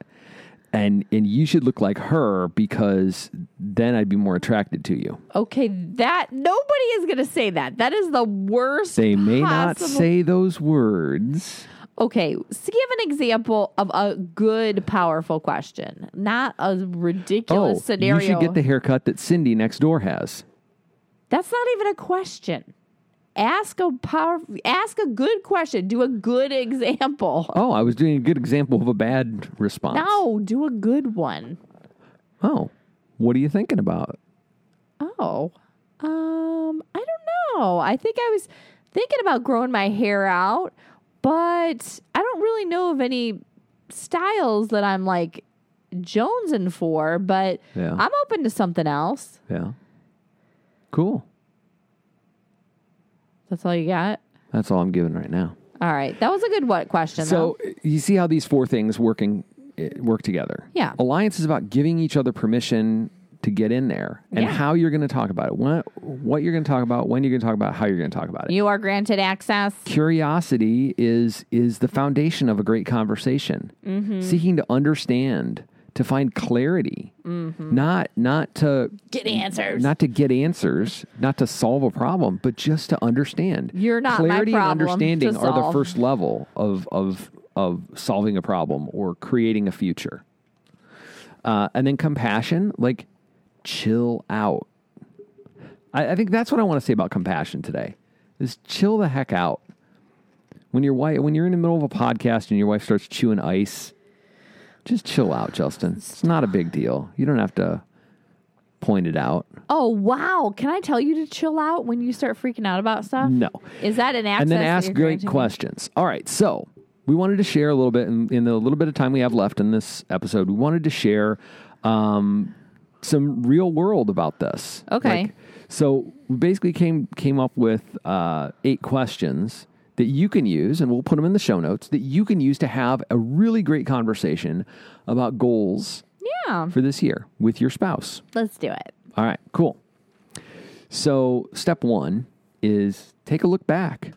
S1: And and you should look like her because then I'd be more attracted to you.
S2: Okay, that nobody is going to say that. That is the worst.
S1: They may not
S2: possible-
S1: say those words.
S2: Okay, so give an example of a good, powerful question, not a ridiculous scenario.
S1: Oh, you should get the haircut that Cindy next door has.
S2: That's not even a question. Ask a power. Ask a good question. Do a good example.
S1: Oh, I was doing a good example of a bad response.
S2: No, do a good one.
S1: Oh, what are you thinking about?
S2: Oh, um, I don't know. I think I was thinking about growing my hair out, but I don't really know of any styles that I'm like jonesing for. But
S1: Yeah.
S2: I'm open to something else.
S1: Yeah. Cool.
S2: That's all you got.
S1: That's all I'm giving right now.
S2: All right, that was a good what question.
S1: So uh,
S2: though.
S1: you see how these four things working eh, work together.
S2: Yeah.
S1: Alliance is about giving each other permission to get in there and
S2: Yeah.
S1: how you're going to talk about it, what, what you're going to talk about, when you're going to talk about it, how you're going to talk about it.
S2: you are granted access.
S1: curiosity is is the foundation of a great conversation
S2: Mm-hmm.
S1: seeking to understand to find clarity
S2: Mm-hmm.
S1: not not to
S2: Get answers.
S1: not to get answers not to solve a problem but just to understand
S2: You're not my
S1: clarity and
S2: problem to
S1: understanding are the
S2: solve.
S1: first level of of of solving a problem or creating a future uh, and then compassion like chill out I, I think that's what I want to say about compassion today. Is chill the heck out. When your wife, when you're in the middle of a podcast and your wife starts chewing ice, just chill out, Justin. It's not a big deal. You don't have to point it out.
S2: oh wow! Can I tell you to chill out when you start freaking out about stuff?
S1: No.
S2: Is that an access?
S1: And then
S2: that
S1: ask
S2: you're
S1: great
S2: granting me?
S1: questions. All right, so we wanted to share a little bit in, in the little bit of time we have left in this episode. We wanted to share um, some real world about this.
S2: Okay.
S1: so we basically came came up with uh, eight questions that you can use, and we'll put them in the show notes that you can use to have a really great conversation about goals
S2: Yeah,
S1: for this year with your spouse.
S2: let's do it.
S1: All right, cool. So, step one is take a look back.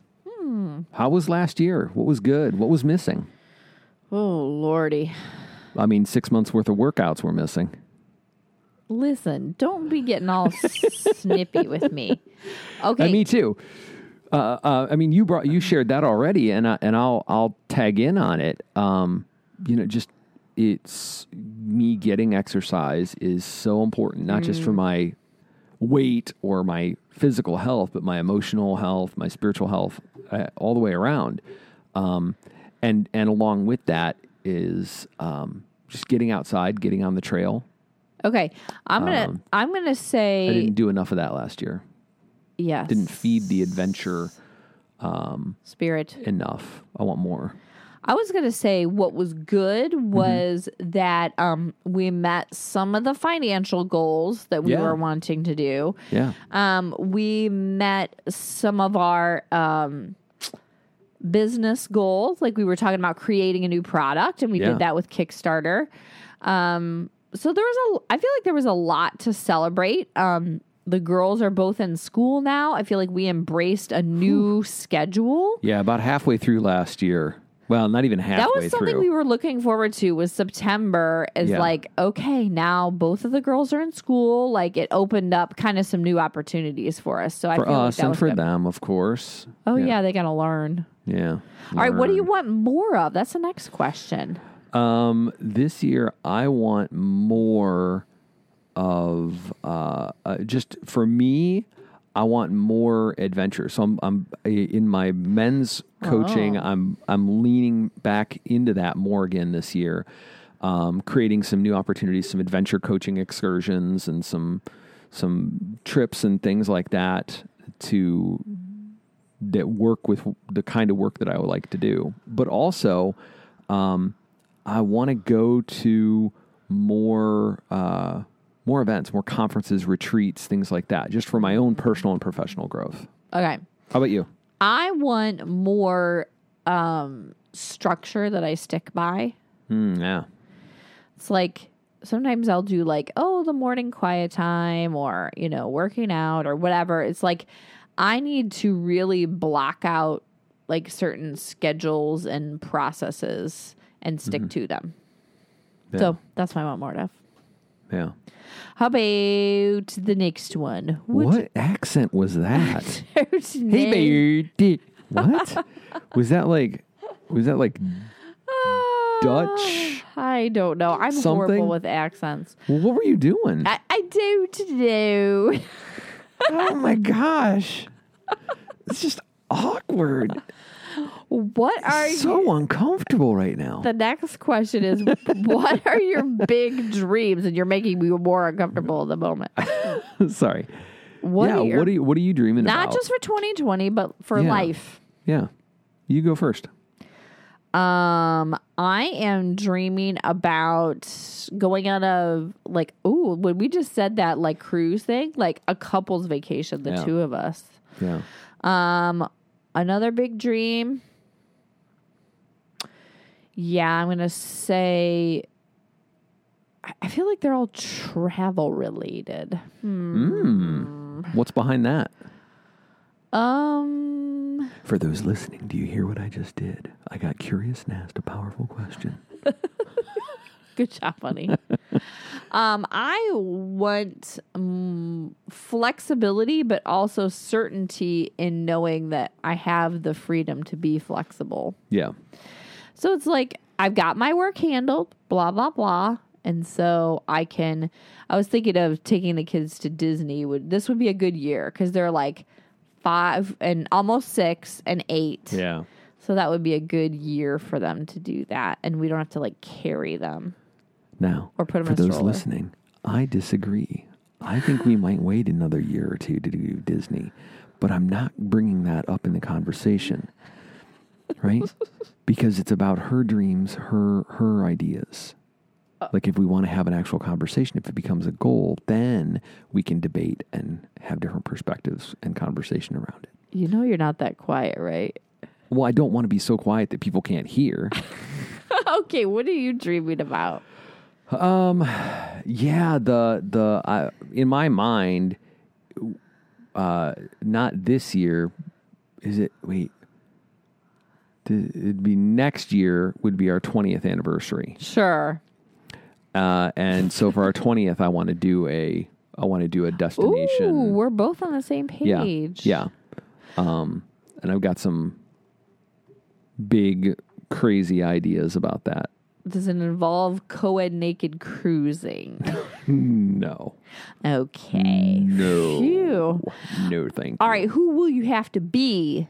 S1: How was last year? What was good? What was missing?
S2: Oh, Lordy.
S1: I mean, six months worth of workouts were missing.
S2: Listen, don't be getting all snippy with me. Okay.
S1: And me too. Uh, uh, I mean, you brought you shared that already, and I, and I'll I'll tag in on it. Um, you know, just it's me getting exercise is so important, not just for my weight or my physical health, but my emotional health, my spiritual health, uh, all the way around. Um, and and along with that is um, just getting outside, getting on the trail.
S2: okay. I'm going to
S1: Um,
S2: I'm going to
S1: I
S2: say
S1: didn't do enough of that last year.
S2: yes.
S1: Didn't feed the adventure
S2: spirit.
S1: enough. I want more.
S2: I was gonna say what was good
S1: Mm-hmm.
S2: was that um, we met some of the financial goals that we
S1: Yeah.
S2: were wanting to do.
S1: Yeah.
S2: Um, we met some of our um, business goals, like we were talking about creating a new product, and we
S1: Yeah.
S2: did that with Kickstarter. Um, so there was a, I feel like there was a lot to celebrate. Um, the girls are both in school now. I feel like we embraced a new schedule.
S1: Yeah, about halfway through last year. Well, not even halfway
S2: that was something
S1: through.
S2: we were looking forward to was september is
S1: Yeah.
S2: like okay now both of the girls are in school like it opened up kind of some new opportunities for us so i
S1: for
S2: feel
S1: us
S2: like that
S1: and
S2: was
S1: for
S2: good.
S1: them, of course.
S2: oh yeah. they gotta learn
S1: Yeah.
S2: all right what do you want more of that's the next question
S1: Um, this year, I want more of uh, uh, just for me. I want more adventure. So I'm, I'm i- in my men's coaching. I'm I'm leaning back into that more again this year, um, creating some new opportunities, some adventure coaching excursions, and some some trips and things like that to that work with the kind of work that I would like to do. But also, um, I want to go to more uh, more events, more conferences, retreats, things like that, just for my own personal and professional growth.
S2: okay
S1: How about you?
S2: i want more um structure that i stick by
S1: Hmm, yeah,
S2: it's like sometimes I'll do like, oh, the morning quiet time or, you know, working out or whatever. It's like I need to really block out like certain schedules and processes and stick to them.
S1: Yeah.
S2: So that's what I want more of.
S1: yeah.
S2: How about the next one?
S1: what accent was that? hey,
S2: hey,
S1: baby. What was that like? Was that like? Dutch
S2: I don't know. I'm
S1: something?
S2: horrible with accents.
S1: Well, what were you doing?
S2: I, I don't know.
S1: oh my gosh, it's just awkward.
S2: What are you?
S1: so uncomfortable right now.
S2: The next question is what are your big dreams? And you're making me more uncomfortable at the moment.
S1: Sorry.
S2: What
S1: yeah.
S2: are your,
S1: what are you What are you dreaming
S2: not
S1: about?
S2: just for 2020, but for
S1: Yeah.
S2: life?
S1: yeah. You go first.
S2: Um, I am dreaming about going on a like oh, when we just said that like cruise thing, like a couple's vacation, the
S1: Yeah.
S2: two of us.
S1: Yeah.
S2: Um, another big dream. Yeah, I'm gonna say. I- I feel like they're all travel related.
S1: What's behind that?
S2: Um,
S1: For those listening, do you hear what I just did? I got curious and asked a powerful question.
S2: good job, honey. um, I want um, flexibility, but also certainty in knowing that I have the freedom to be flexible.
S1: Yeah.
S2: So it's like I've got my work handled, blah blah blah, and so I can. I was thinking of taking the kids to Disney. Would this would be a good year because they're like five and almost six and eight.
S1: Yeah.
S2: So that would be a good year for them to do that, and we don't have to like carry them.
S1: Now,
S2: Or put 'em
S1: for
S2: in a
S1: those
S2: stroller.
S1: listening, I disagree. I think we might wait another year or two to do Disney, but I'm not bringing that up in the conversation, right? because it's about her dreams, her her ideas.
S2: Uh.
S1: Like if we want to have an actual conversation, if it becomes a goal, then we can debate and have different perspectives and conversation around it.
S2: You know, you're not that quiet, right?
S1: Well, I don't want to be so quiet that people can't hear.
S2: okay, what are you dreaming about?
S1: yeah, the the I in my mind, uh, not this year. Is it? Wait, th- it'd be next year would be our 20th anniversary.
S2: Sure.
S1: Uh, and so for our 20th, I want to do a, I want to do a destination.
S2: Ooh, we're both on the same
S1: yeah.
S2: page.
S1: Yeah. Um, and I've got some big, crazy ideas about that.
S2: Does it involve co-ed naked cruising?
S1: No.
S2: okay.
S1: No.
S2: Phew.
S1: No, thank
S2: All
S1: you.
S2: right. Who will you have to be?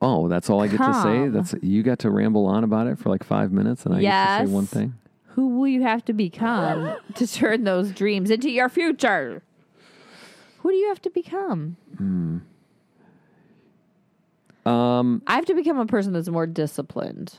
S1: Oh, that's all I get to say.
S2: Come.
S1: That's you got to ramble on about it for like five minutes, and I get to
S2: Yes.
S1: say one thing.
S2: Who will you have to become to turn those dreams into your future? Who do you have to become?
S1: Hmm.
S2: Um, I have to become a person that's more disciplined.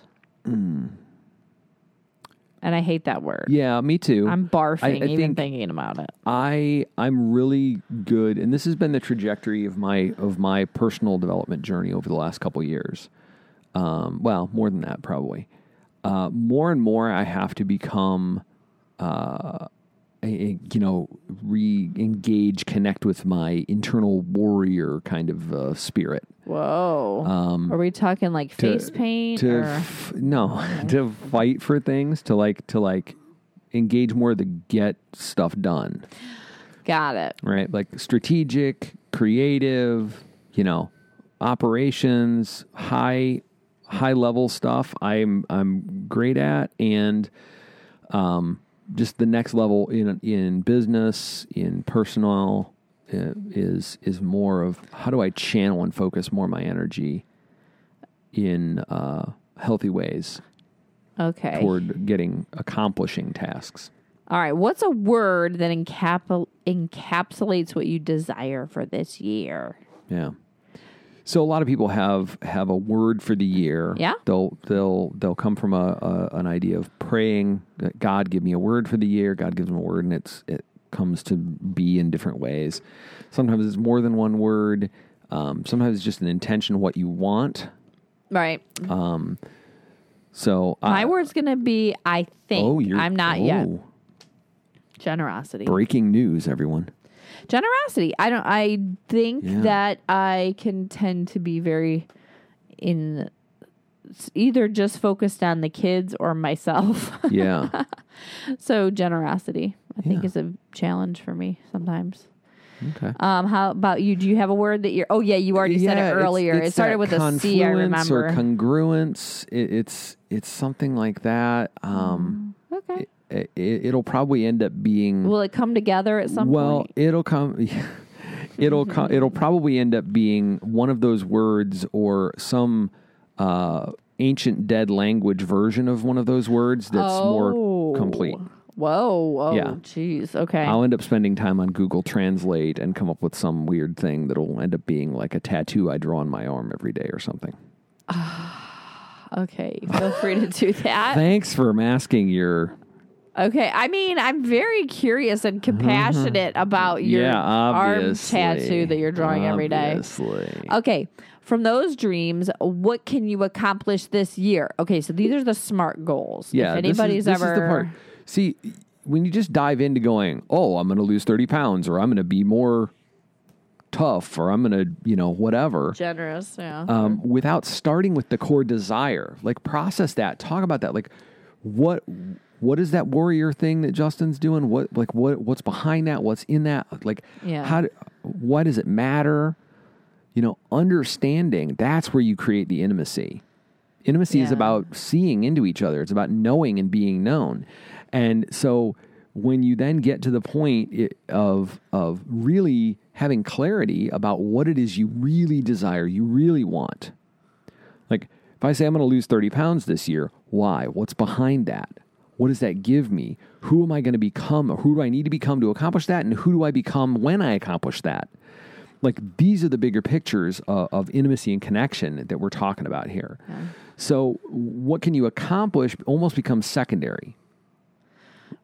S2: And I hate that word.
S1: Hmm. Yeah, me too.
S2: I'm barfing
S1: I
S2: even
S1: think-
S2: thinking about it.
S1: I I'm really good, and this has been the trajectory of my of my personal development journey over the last couple years. Um, well, more than that, probably. Uh, more and more, I have to become, uh, a, a- you know, re-engage, connect with my internal warrior kind of uh, spirit.
S2: Whoa. Are we talking like face paint?
S1: Um, to
S2: or?
S1: f- no to fight for things to like to like engage more to get stuff done
S2: Got it.
S1: right like strategic creative you know operations high high level stuff i'm i'm great at and um just the next level in in business in personal uh, is is more of how do i channel and focus more of my energy in uh healthy ways
S2: Okay.
S1: toward getting accomplishing tasks
S2: All right. What's a word that encapul- encapsulates what you desire for this year?
S1: Yeah. So a lot of people have have a word for the year.
S2: Yeah.
S1: They'll they'll they'll come from a, a an idea of praying that God give me a word for the year. God gives them a word, and it's it comes to be in different ways. Sometimes it's more than one word. Um, sometimes it's just an intention what you want.
S2: Right.
S1: So
S2: My
S1: I,
S2: word's going to be I think.
S1: Uh, oh, you're
S2: I'm not yet.
S1: oh,
S2: Generosity.
S1: Breaking news, everyone.
S2: Generosity. I don't I think
S1: Yeah.
S2: that I can tend to be very in s- either just focused on the kids or myself.
S1: Yeah.
S2: so generosity I think
S1: Yeah.
S2: is a challenge for me sometimes.
S1: okay.
S2: Um, how about you? Do you have a word that you're? Oh yeah, you already said
S1: Yeah,
S2: it
S1: it's-
S2: earlier.
S1: it's
S2: it started
S1: that
S2: with a C. I
S1: confluence
S2: remember.
S1: Or congruence. It, it's it's something like that.
S2: Mm.
S1: Um,
S2: okay.
S1: it, it'll probably end up being
S2: Will it come together at some
S1: well.
S2: point? Mm-hmm.
S1: It'll come. it'll co- it'll probably end up being one of those words or some uh, ancient dead language version of one of those words that's more complete.
S2: Oh. Whoa. Oh,
S1: Yeah.
S2: jeez. Okay.
S1: I'll end up spending time on Google Translate and come up with some weird thing that'll end up being like a tattoo I draw on my arm every day or something.
S2: okay. Feel free to do that.
S1: Thanks for masking your
S2: Okay. I mean, I'm very curious and compassionate about your
S1: yeah,
S2: arm
S1: obviously.
S2: tattoo that you're drawing every day. Uh,
S1: Obviously.
S2: Okay. From those dreams, what can you accomplish this year? Okay, so these are the smart goals.
S1: Yeah,
S2: if
S1: this is-
S2: anybody's
S1: this is,
S2: ever
S1: the part. See, when you just dive into going, oh, I'm going to lose thirty pounds, or I'm going to be more tough, or I'm going to, you know, whatever.
S2: generous, yeah.
S1: Um, without starting with the core desire, like process that, talk about that, like what what is that warrior thing that Justin's doing? What like what what's behind that? What's in that? Like
S2: Yeah.
S1: how? Do, why does it matter? You know, understanding that's where you create the intimacy. Intimacy is
S2: Yeah.
S1: about seeing into each other. It's about knowing and being known. And so when you then get to the point i- of of really having clarity about what it is you really desire, you really want. Like if I say I'm going to lose 30 pounds this year, why? What's behind that? What does that give me? Who am I going to become? Who do I need to become to accomplish that? And who do I become when I accomplish that? Like these are the bigger pictures uh, of intimacy and connection that we're talking about here. So, what can you accomplish almost becomes secondary.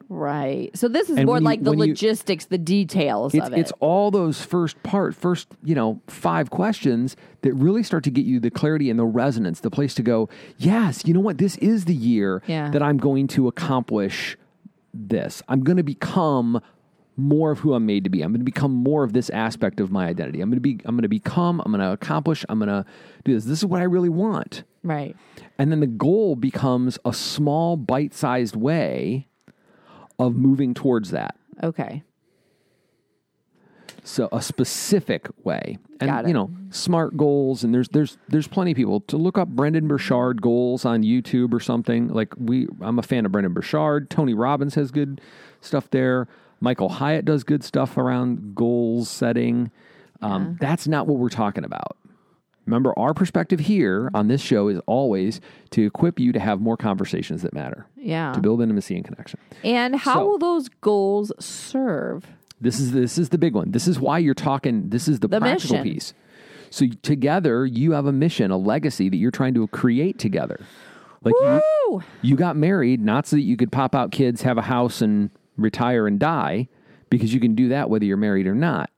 S2: Right. So this is
S1: And
S2: more
S1: when you-
S2: like the
S1: when you-
S2: logistics, the details
S1: It's,
S2: of it.
S1: it's all those first part, first, you know, five questions that really start to get you the clarity and the resonance, the place to go, yes, you know what? This is the year
S2: Yeah.
S1: that I'm going to accomplish this. I'm going to become more of who I'm made to be. I'm going to become more of this aspect of my identity. I'm going to be I'm going to become, I'm going to accomplish, I'm going to do this. This is what I really want.
S2: Right.
S1: And then the goal becomes a small bite-sized way of moving towards that.
S2: Okay.
S1: So a specific way. And
S2: Got it.
S1: you know, smart goals and there's there's there's plenty of people to look up Brendan Burchard goals on YouTube or something. Like we I'm a fan of Brendan Burchard. Tony Robbins has good stuff there. Michael Hyatt does good stuff around goals setting. Um, that's not what we're talking about. Remember, our perspective here on this show is always to equip you to have more conversations that matter,
S2: Yeah.
S1: to build intimacy and connection.
S2: And how
S1: So-
S2: will those goals serve?
S1: This is this is the big one. This is why you're talking. This is the,
S2: The
S1: practical
S2: mission.
S1: piece. So y- together, you have a mission, a legacy that you're trying to create together. Like you,
S2: Woo!
S1: you got married not so that you could pop out kids, have a house, and retire and die, because you can do that whether you're married or not.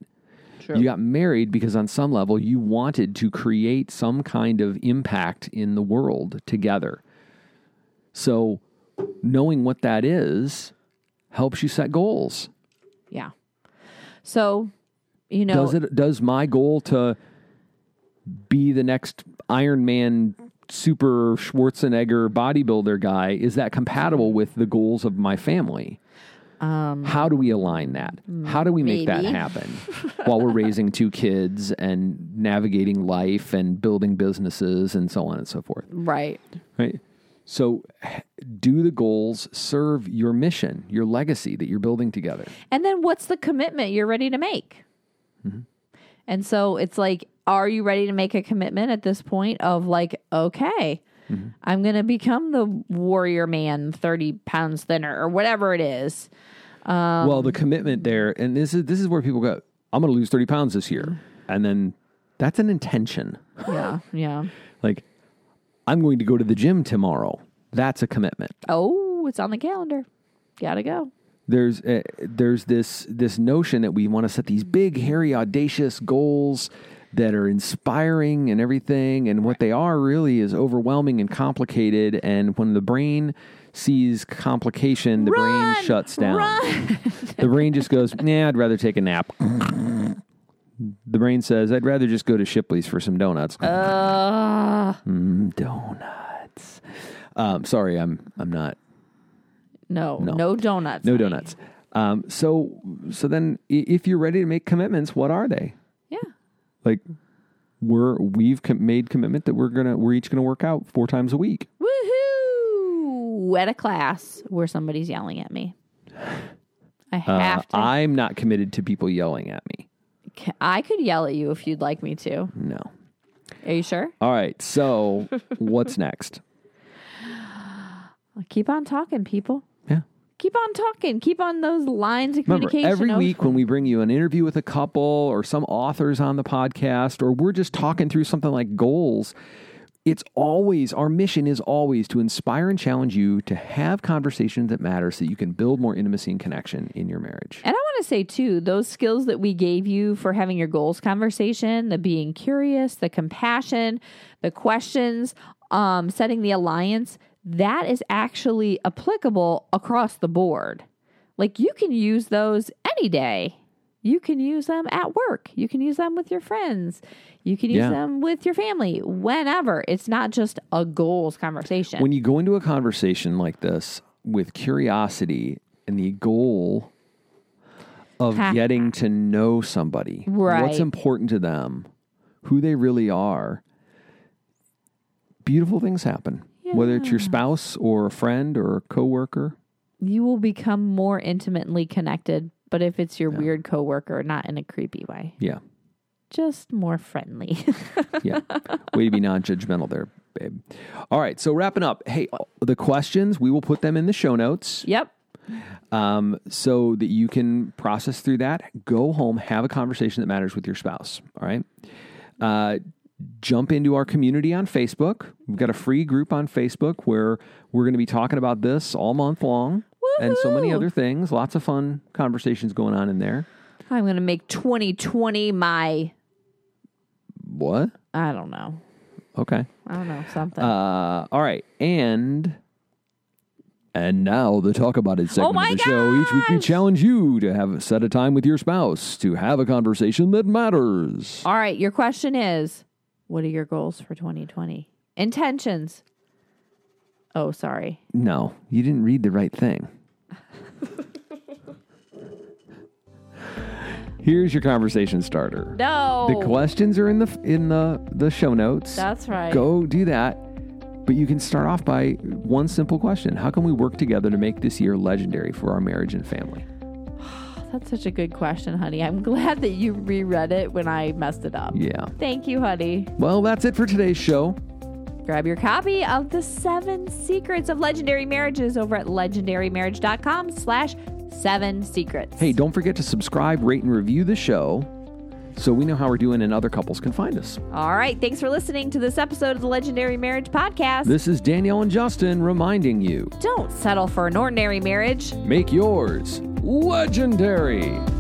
S2: True.
S1: You got married because on some level you wanted to create some kind of impact in the world together. So knowing what that is helps you set goals.
S2: Yeah. So, you know,
S1: Does it? Does my goal to be the next Iron Man, super Schwarzenegger bodybuilder guy is that compatible with the goals of my family? How do we align that? How do we make that
S2: maybe.
S1: happen while we're raising two kids and navigating life and building businesses and so on and so forth?
S2: right.
S1: Right. So, h- do the goals serve your mission, your legacy that you're building together?
S2: And then what's the commitment you're ready to make?
S1: Mm-hmm.
S2: And so it's like, are you ready to make a commitment at this point of like, okay,
S1: Mm-hmm.
S2: I'm going to become the warrior man 30 pounds thinner or whatever it is? Um,
S1: well, the commitment there, and this is this is where people go. I'm going to lose thirty pounds this
S2: Mm-hmm.
S1: year, and then that's an intention.
S2: Yeah. Yeah.
S1: Like I'm going to go to the gym tomorrow. That's a commitment.
S2: Oh, it's on the calendar. Gotta go.
S1: There's uh, there's this this notion that we want to set these big, hairy, audacious goals that are inspiring and everything, and what they are really is overwhelming and complicated. And when the brain sees complication, the
S2: Run!
S1: brain shuts down.
S2: Run!
S1: The brain just goes, nah, I'd rather take a nap. The brain says, I'd rather just go to Shipley's for some donuts.
S2: Uh,
S1: Mm, donuts. Um, sorry, I'm I'm not.
S2: no, no, donuts.
S1: No
S2: honey.
S1: donuts. Um, so so then i- if you're ready to make commitments, what are they?
S2: Yeah.
S1: Like we're we've com- made commitment that we're gonna we're each gonna work out four times a week.
S2: Woohoo! At a class where somebody's yelling at me. I
S1: Uh,
S2: have to. I,
S1: I'm not committed to people yelling at me.
S2: could yell at you if you'd like me to.
S1: No.
S2: Are you sure?
S1: All right. So what's next?
S2: Keep on talking, people.
S1: Yeah.
S2: Keep on talking. Keep on those lines of
S1: Remember,
S2: communication.
S1: every
S2: open.
S1: week when we bring you an interview with a couple or some authors on the podcast, or we're just talking through something like goals, it's always our mission is always to inspire and challenge you to have conversations that matter so that you can build more intimacy and connection in your marriage.
S2: And I want to say too, those skills that we gave you for having your goals conversation, the being curious, the compassion, the questions, um, setting the alliance, that is actually applicable across the board. Like you can use those any day. You can use them at work. You can use them with your friends. You can use
S1: Yeah.
S2: them with your family whenever. It's not just a goals conversation.
S1: When you go into a conversation like this with curiosity and the goal of getting to know somebody,
S2: Right.
S1: what's important to them, who they really are, beautiful things happen. Whether it's your spouse or a friend or a coworker,
S2: you will become more intimately connected. But if it's your weird coworker, not in a creepy way,
S1: yeah,
S2: just more friendly.
S1: yeah. Way to be non-judgmental there, babe. All right, so wrapping up. Hey, the questions we will put them in the show notes.
S2: yep.
S1: um, so that you can process through that. Go home, have a conversation that matters with your spouse. All right. Uh, jump into our community on Facebook. We've got a free group on Facebook where we're going to be talking about this all month long and so many
S2: Woohoo!
S1: other things. Lots of fun conversations going on in there.
S2: I'm going to make 2020 my,
S1: What?
S2: I don't know.
S1: Okay.
S2: I don't know, something.
S1: Uh, all right. And And now the talk about it segment
S2: Oh my
S1: of the show. Each week we
S2: gosh!
S1: challenge you to have set a time with your spouse to have a conversation that matters.
S2: All right, your question is what are your goals for 2020? Intentions. Oh, sorry.
S1: No, you didn't read the right thing. Here's your conversation starter.
S2: No.
S1: The questions are in the in the the show notes.
S2: That's right.
S1: Go do that. But you can start off by one simple question. How can we work together to make this year legendary for our marriage and family?
S2: That's such a good question, honey. I'm glad that you reread it when I messed it up.
S1: Yeah.
S2: Thank you, honey.
S1: Well, that's it for today's show.
S2: Grab your copy of The Seven Secrets of Legendary Marriages over at legendarymarriage.com slash seven secrets.
S1: Hey, don't forget to subscribe, rate, and review the show so we know how we're doing and other couples can find us.
S2: All right. Thanks for listening to this episode of the Legendary Marriage Podcast.
S1: This is Danielle and Justin reminding you
S2: don't settle for an ordinary marriage.
S1: make yours legendary.